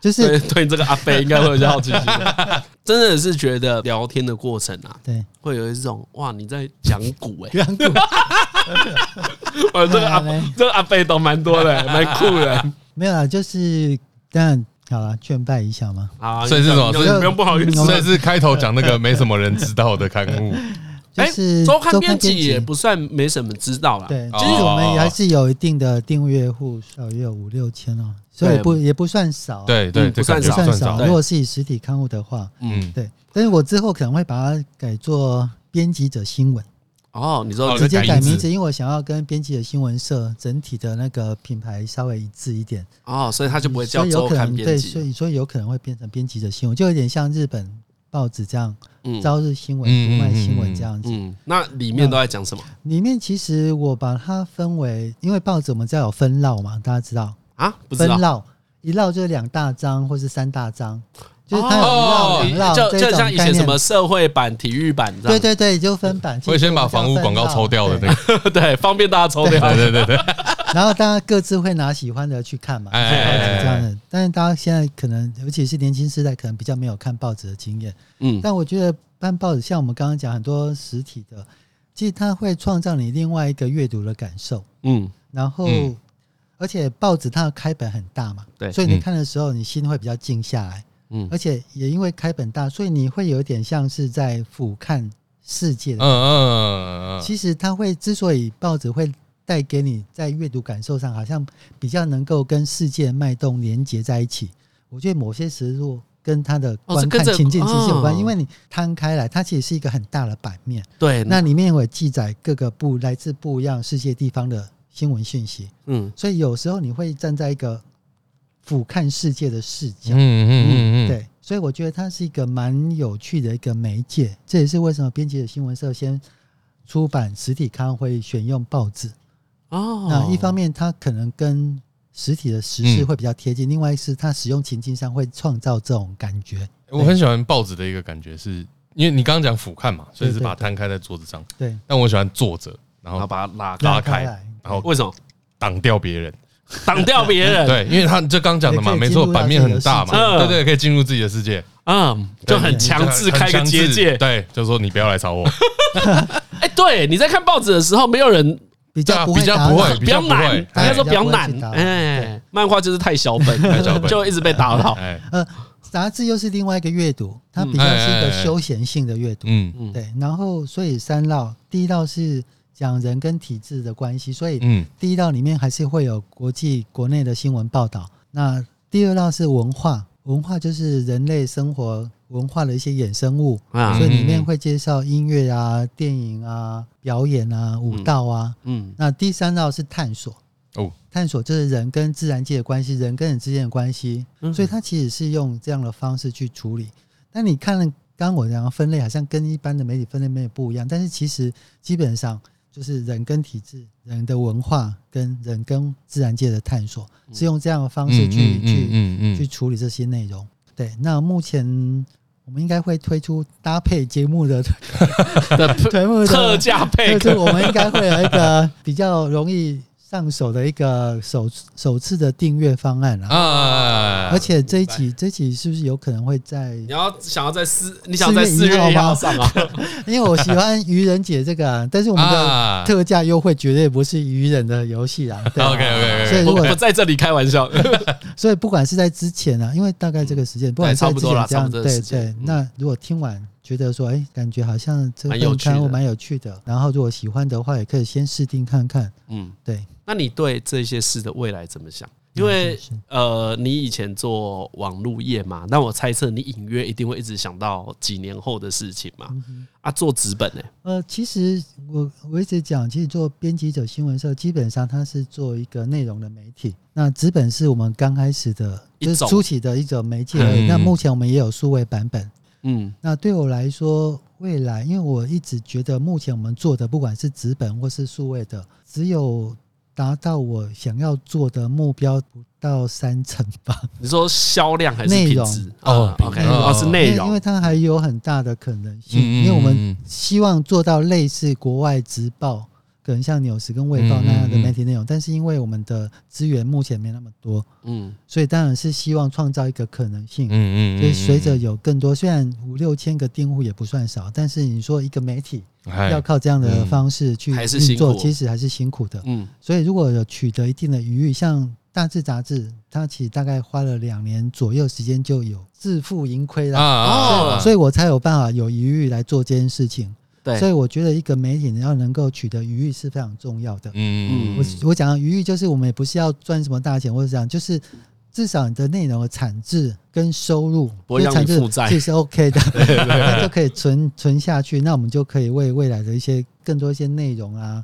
C: 就是
A: 对，对，这个阿飞应该会有些好奇心。 真的是觉得聊天的过程啊，
C: 对，
A: 会有一种哇，你在讲古哎、
C: 远古
A: 哇，哦这个阿
C: 好嘞
A: 这个阿贝懂蛮多 的，蛮酷的。
C: 没有啦，就是但好了，劝败一下嘛。
A: 啊，
B: 所以是什么
A: 你不用不好意
C: 我
B: 所
C: 们
B: 以
A: 思。
B: 是开头讲那个没什么人知道的刊物，
C: 就
A: 哎
C: 是
A: 周刊编
C: 周
A: 辑也不算没什么知道啦。
C: 对，
B: 哦
C: 其实我们也还是有一定的订阅户数，大约有五六千哦，所以
A: 对
C: 不也不算少、，啊
B: 对对，这感
C: 不
B: 觉
C: 算
B: 少
C: 少。，
A: 对
C: 如果是以实体刊物的话，
B: 嗯，
C: 对，但是我之后可能会把它改做编辑者新闻，
A: 哦，你说
B: 哦
C: 直接
B: 改
C: 改
B: 名字
C: 名字，因为我想要跟编辑者新闻社整体的那个品牌稍微一致一点，
A: 哦，所以他就不会叫
C: 所以有
A: 周
C: 可
A: 刊
C: 能
A: 编
C: 对，所
A: 辑。
C: 以所以有可能会变成编辑者新闻，就有点像日本报纸这样，
A: 嗯
C: 朝日新闻、
B: 嗯
C: 读卖新闻这样子。
A: 嗯，那里面都在讲什么
C: 里面其实我把它分为，因为报纸我们知道有分烙嘛，大家知道。
A: 啊？不知
C: 分
A: 道。
C: 绕，一绕就是两大章或是三大章，就是它有
A: 哦
C: 一绕两绕
A: 就
C: 这
A: 就
C: 种
A: 像以
C: 概
A: 前
C: 念
A: 什么社会版、体育版这
C: 对
A: 样。
C: 对对，就分版。
B: 会先把房屋广告抽掉的那
C: 个，
B: 个，
A: 对 对，方便大家抽
B: 对
A: 掉。
B: 对对对，
C: 对然后大家各自会拿喜欢的去看嘛，
B: 哎哎哎哎
C: 这样的。但是大家现在可能，尤其是年轻世代，可能比较没有看报纸的经验。
A: 嗯
C: 但我觉得办报纸，像我们刚刚讲很多实体的，其实它会创造你另外一个阅读的感受。
A: 嗯，
C: 然后，
B: 嗯
C: 而且报纸它的开本很大嘛，
A: 对
C: 所以你
B: 嗯
C: 看的时候，你心会比较静下来。
A: 嗯
C: 而且也因为开本大，所以你会有点像是在俯瞰世界
B: 嗯
C: 的。
B: 嗯嗯嗯，
C: 其实它会之所以报纸会带给你在阅读感受上，好像比较能够跟世界脉动连接在一起。我觉得某些时候跟它的
A: 哦是
C: 观
A: 跟
C: 看
A: 着
C: 情境其实有关，
A: 哦
C: 因为你摊开来，它其实是一个很大的版面，
A: 对，
C: 那里面有记载各个不来自不一样世界地方的新闻讯息，
A: 嗯
C: 所以有时候你会站在一个俯瞰世界的视角。
B: 嗯嗯嗯嗯，
C: 对，所以我觉得它是一个蛮有趣的一个媒介，这也是为什么编辑的新闻社先出版实体刊会选用报纸。
A: 哦，
C: 那一方面，它可能跟实体的时事
B: 嗯
C: 会比较贴近；，另外是它使用情境上会创造这种感觉。
B: 我很喜欢报纸的一个感觉是，因为你刚刚讲俯瞰嘛，所以是
C: 对对
B: 把它摊开在桌子上，
C: 对，
B: 但我喜欢坐着，然
A: 然后
B: 后
A: 把它拉
B: 拉
A: 高，
C: 拉开
B: 开
C: 来，
B: 然后
A: 为什么
B: 挡掉别人。
A: 挡掉别人？，
B: 对，因为他就刚讲的嘛，
C: 哎也可以
B: 没
C: 进
B: 错，
C: 入到
B: 版面很大嘛，
A: 自己的世界
B: 对对，可以进入自己的世界，
A: 嗯，就很嗯强制开个结界。
B: 对，就说你不要来吵我，
A: 哎，对，你在看报纸的时候，没有人
B: 对
C: 比较
B: 啊
C: 不会
B: 比较
C: 打
B: 不
C: 扰
B: 会
A: 比较难，应
B: 哎
A: 该说比较难
C: 比较不会去打。扰
A: 哎，漫画就是太小本，
B: 太小本
A: 就一直被打扰。
B: 哎，
C: 呃，杂志又是另外一个阅读，它比较是一
B: 哎哎
C: 个
B: 哎
C: 休闲性的阅读。
B: 嗯
A: 嗯
C: 对，然后所以三道，第一道是讲人跟体制的关系，所以
B: 嗯
C: 第一道里面还是会有国际、国内的新闻报道。那第二道是文化，文化就是人类生活文化的一些衍生物，
A: 啊
C: 所以里面会介绍音乐啊、电影啊、表演啊、舞蹈啊。
A: 嗯
C: 那第三道是探索，
B: 哦，
C: 探索就是人跟自然界的关系，人跟人之间的关系。
A: 嗯
C: 所以它其实是用这样的方式去处理。那你看，刚刚我讲的分类好像跟一般的媒体分类没有不一样，但是其实基本上就是人跟体制、人的文化跟人跟自然界的探索，是用这样的方式去、去、
B: 嗯
C: 去，处理这些内容。对，那目前。我们应该会推出搭配节目的
A: 的
C: 节目的
A: 特价 配
C: 就是
A: 课，
C: 我们应该会有一 个比较容易上手的一个首首次的订阅方案啊。
B: 啊
C: 而且这一集这一集是不是有可能会在？
A: 你要想要在四，你想在四月一号上啊？
C: 因为我喜欢愚人节这 个、啊，但是我们的
B: 啊
C: 特价优惠绝对不是愚人的游戏啊。对
B: OK OK
C: 所以
B: OK，
C: 如
A: 我
C: 果
A: 我在这里开玩笑，
C: 所以不管是在之前啊，因为大概这个时间，不管是在之
A: 差不多啦
C: 前这样，
A: 差不多的
C: 对
A: 时间
C: 对
A: 嗯。
C: 那如果听完觉得说，哎，感觉好像这
A: 蛮有
C: 份
A: 趣的
C: 刊物蛮有趣的，然后如果喜欢的话，也可以先试听看看。
A: 嗯，
C: 对，
A: 那你对这些事的未来怎么想？因为
C: 嗯是
A: 呃，你以前做网路业嘛，那我猜测你隐约一定会一直想到几年后的事情嘛。啊，做纸本呢、
C: 呃，其实我我一直讲，其实做编辑者新闻社，基本上它是做一个内容的媒体。那纸本是我们刚开始的，
A: 一
C: 就
A: 种
C: 是初期的一种媒介而已。
B: 嗯
C: 那目前我们也有数位版本。
A: 嗯
C: 那对我来说，未来因为我一直觉得，目前我们做的不管是纸本或是数位的，只有达到我想要做的目标不到三成吧。
A: 你说销量还是
C: 内
A: 品
C: 容
A: 质？
B: 哦
A: 啊，OK，
C: 内
B: 容
A: 哦是内
C: 因为因为
A: 容，
C: 它还有很大的可能
B: 嗯
C: 性，
B: 嗯
C: 因为我
B: 嗯
C: 们希望做到类似国外直报，可能像纽时跟卫报
B: 嗯嗯
C: 那样的
B: 嗯
C: 媒体内容，但是因为我们的资源目前没那么多，
A: 嗯
C: 所以当然是希望创造一个可能性。
B: 嗯
C: 所以随着有更多，虽然五六千个订户也不算少，但是你说一个媒体要靠这样的
B: 嗯
C: 方式去
A: 还是
C: 运作，
A: 辛苦
C: 其实还是辛苦的。
A: 嗯
C: 所以如果有取得一定的余裕，像大致杂志，它其实大概花了两年左右时间就有自负盈亏啦。
B: 啊
C: 所以我才有办法有余裕来做这件事情。
A: 对
C: 所以我觉得一个媒体你要能够取得余裕是非常重要的。
B: 嗯
C: 我我讲的余裕就是我们也不是要赚什么大钱，或者讲就是至少你的内容的产值跟收入，
A: 不会让你
C: 产值
A: 负债
C: 其实 OK 的，那就可以存存下去。那我们就可以为未来的一些更多一些内容啊。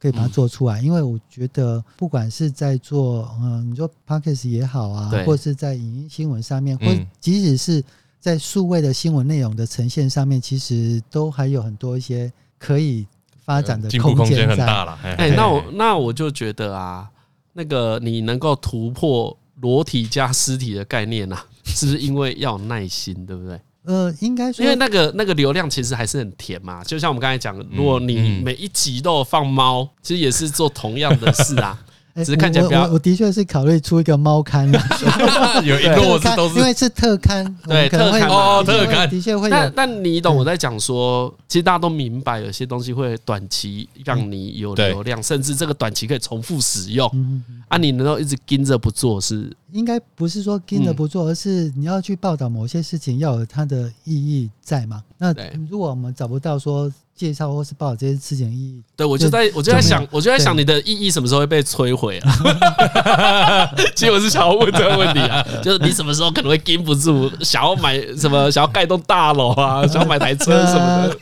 C: 可以把它
A: 嗯
C: 做出来，因为我觉得不管是在做，嗯、你说 p o c k e t 也好啊
A: 对，
C: 或是在影音新闻上面，或
B: 嗯
C: 即使是在数位的新闻内容的呈现上面，其实都还有很多一些可以
A: 呃
C: 发展的
B: 进步空
C: 间
B: 间很
C: 在。
B: 大了。
A: 哎、那我那我就觉得啊，那个你能够突破裸体加尸体的概念啊，是不是因为要有耐心，对不 对？
C: 呃，应该说，
A: 因为那个那个流量其实还是很甜嘛，就像我们刚才讲，如果你
B: 嗯
A: 每一集都有放猫，其实也是做同样的事啊。
C: 哎
A: 只是看起来
C: 我
A: 比较
C: 我我的确是考虑出一个猫刊 的，
B: 哎有一摞 是都是
C: 因为是特刊，我们可能会
A: 特刊
B: 哦
C: 的确会
B: 特刊
C: 的 确会有
A: 但
C: 嗯
A: 但你懂我在讲说，其实大家都明白，有些东西会短期让你有
B: 对
A: 流量，甚至这个短期可以重复使用
C: 嗯
A: 啊。你能够一直盯着不做是
C: 应该不是说跟
A: 嗯
C: 着不做，而是你要去报道某些事情，要有它的意义在嘛。那
A: 对
C: 如果我们找不到说介绍或是报道这些事情的意义，
A: 对，我就
C: 就
A: 在我就在
C: 就没有
A: 想，我就在
C: 对
A: 想你的意义什么时候会被摧毁啊？ 其实我是想要问这个问题啊，就是你什么时候可能会盯不住，想要买什么，想要盖栋大楼 啊，想要买台车什
C: 啊
A: 么的，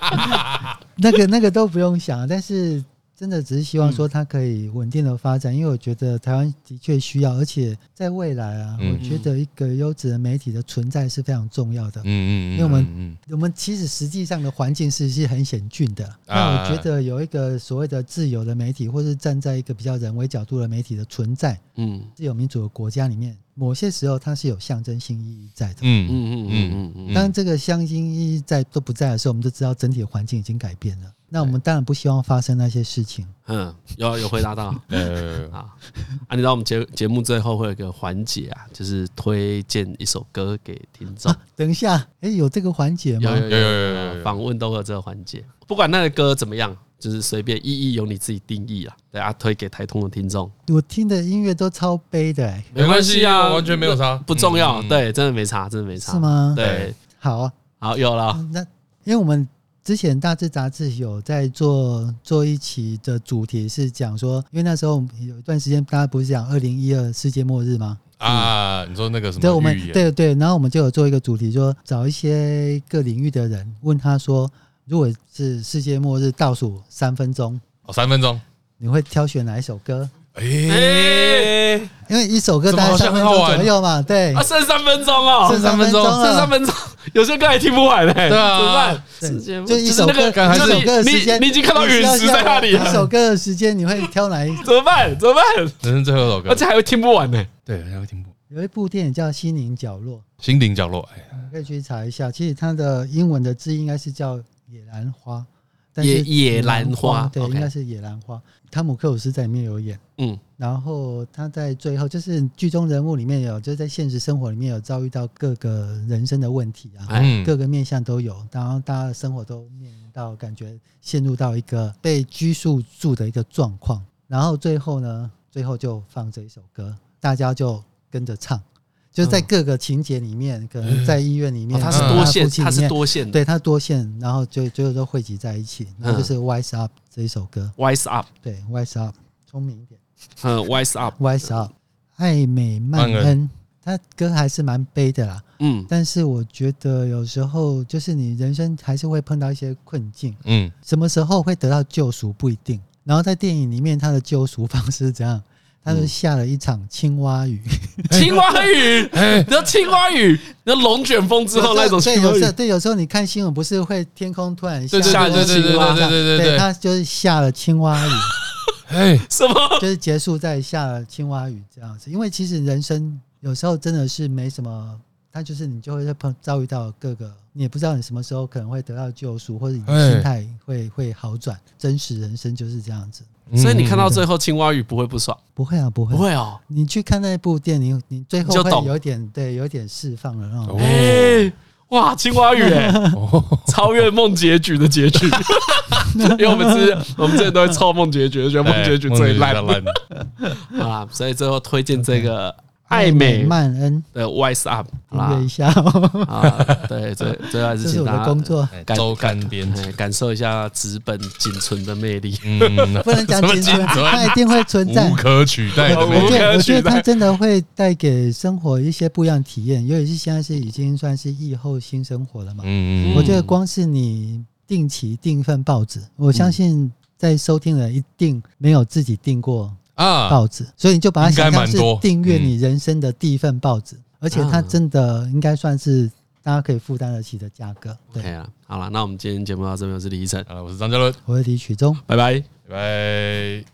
C: 呃那个那个都不用想，但是真的只是希望说它可以稳定的发展，因为我觉得台湾的确需要，而且在未来啊，
B: 嗯
C: 我觉得一个优质的媒体的存在是非常重要的。
B: 嗯嗯嗯，
C: 因为我们
B: 嗯
C: 我们其实实际上的环境是是很险峻的。
B: 啊
C: 那我觉得有一个所谓的自由的媒体，或是站在一个比较人为角度的媒体的存在，
A: 嗯
C: 自由民主的国家里面，某些时候它是有象征性意义在的。
B: 嗯
A: 嗯
B: 嗯
A: 嗯
B: 嗯
A: 嗯嗯嗯，
C: 当这个象征性意义在都不在的时候，我们就知道整体的环境已经改变了。那我们当然不希望发生那些事情。
A: 嗯，有有回答到。
B: 嗯呃
A: 啊啊！你知道我们节节目最后会有一个环节啊，就是推荐一首歌给听众。
C: 等一下，哎，有这个环节吗？
B: 有有有有有
A: 访问都会有这个环节，不管那个歌怎么样，就是随便意义由你自己定义啊。对啊，推给台通的听众
C: 我听的音乐都超悲的、哎，
B: 没关系啊，
A: 没
B: 完全没有差，
A: 不重要，
B: 嗯，
A: 对，真的没差，真的没差，
C: 是？吗？
A: 对，
C: 好啊，
A: 好，有了，
C: 嗯那因为我们之前大致杂志有在做做一期的主题是讲说，因为那时候我们有一段时间大家不是讲二零一二世界末日吗？
B: 嗯啊，你说那个什
C: 对，我
B: 么
C: 们
B: 预言，
C: 对对，然后我们就有做一个主题，说找一些各领域的人，问他说，如果是世界末日倒数三分钟，
B: 哦，三分钟，
C: 你会挑选哪一首歌？
B: 哎，
C: 因为一首歌
B: 怎么
C: 大概
B: 好像
C: 三分
B: 很好
C: 钟
B: 玩
C: 左右嘛，对
A: 啊，，剩三分钟哦，
C: 剩三分钟了
A: 剩三分钟，有些歌还听不完嘞，
B: 对啊
A: 怎么办？
C: 对
A: 时间
C: 就一
A: 是
C: 首
A: 那个
C: 歌，
B: 感
C: 一
B: 觉
A: 就是
C: 首歌的时间，
A: 你你已经看到陨石在那里
C: 一
A: 了，
C: 首歌的时间，你会挑哪一？
A: 怎么办？怎么办？
B: 人生最后一首歌
A: 而，且还会听不完呢。
B: 对，还会听不，
C: 有一部电影叫《心灵角落》，
B: 心灵角落，哎呀，
C: 可以去查一下。其实它的英文的字应该是叫野兰花，但
A: 野
C: 是
A: 野兰花
C: 对，
A: OK
C: 应该是野兰花。汤姆克鲁斯在里面有演，
A: 嗯
C: 然后他在最后就是剧中人物里面有，就是在现实生活里面有遭遇到各个人生的问题啊，
A: 哎
B: 嗯
C: 各个面向都有，然后大家的生活都面临到感觉陷入到一个被拘束住的一个状况，然后最后呢，最后就放这一首歌，大家就跟着唱，就在
A: 嗯
C: 各个情节里面，可能在医院里面，啊
A: 哦，它是
B: 嗯
A: 多
C: 大
A: 线，
C: 夫妻
A: 它
C: 里
A: 是
C: 面
A: 多线的。
C: 对它多线，然后就最后都汇集在一起，然后
A: 嗯
C: 就是《Wise Up》这一首歌，
A: Wise up，
C: 对，《Wise Up》聪明一点。
A: 嗯，Wise up，
C: Wise Up，艾美曼
B: 曼
C: 恩，他歌还是蛮悲的啦。
A: 嗯
C: 但是我觉得有时候就是你人生还是会碰到一些困境，
B: 嗯，
C: 什么时候会得到救赎不一定。然后在电影里面，他的救赎方式是
A: 嗯
C: 怎样？他就下了一场青蛙雨，
A: 青蛙雨，
B: 哎
A: 你知道青蛙雨，你知道龙卷风 之后那种
C: 对，
A: 青蛙
C: 有
A: 雨
C: 时候，对，有时候你看新闻不是会天空突然
B: 对对
C: 下
A: 对
C: 了
A: 对对
C: 青蛙
A: 对
B: 对对对对
C: 对，他就是下了青蛙雨。
B: 哎，
A: 什 么？
C: 就是结束在下了青蛙雨这样子。因为其实人生有时候真的是没什么，它就是你就会碰遭遇到各个，你也不知道你什么时候可能会得到救赎，或者你
B: 哎
C: 的心态会会好转。真实人生就是这样子，
B: 嗯
A: 所以你看到最后青蛙雨不会不爽，
C: 不会啊，不会。
A: 不会哦。
C: 你去看那部电影，你最后
A: 就
C: 会
A: 懂
C: 有点对，有点释放了那
B: 哦
C: 种。
A: 哎，哇，青蛙雨，哎，
B: 哦，
A: 超越梦结局的结 局。因为我们之前我们之前都会凑梦结局，觉得梦结局最烂
B: 哎梦比较
A: 啊，所以最后推荐这个
C: 哎
A: 艾美
C: 曼恩，
A: 的 Wise up 好
C: 订阅
A: 啦
C: 一下哦，
A: 啊，对，最最后还是
C: 这是
A: 请
C: 我
A: 大
C: 的
A: 家
C: 工作。
B: 哎
A: 感
B: 周刊编
A: 哎
B: 辑，
A: 感受一下纸本仅存的魅力。
B: 嗯，
C: 不能讲
B: 什么
C: 仅存，
B: 仅存
C: 它一定会存在
B: 无。可取代的
A: 无
B: 魅
A: 可
C: 我
B: 力
C: 觉得，我
A: 取
C: 觉得
A: 代
C: 它真的会带给生活一些不一样的体验，尤其是现在是已经算是疫后新生活了嘛。
B: 嗯
C: 我觉得光是你定期订一份报纸，我相信在收听的人一定没有自己订过
B: 啊，
C: 报纸，所以你就把它想
B: 应
C: 象
B: 该蛮
C: 是
B: 多
C: 订阅你人生的第一份报纸，而且它真的应该算是大家可以负担得起的价格。
A: OK
C: 对，
A: 啊，好了，那我们今天节目到这边，我是李医生，
B: 好了，我是张嘉伦，
C: 我是李曲中。
A: 拜拜。
B: 拜拜。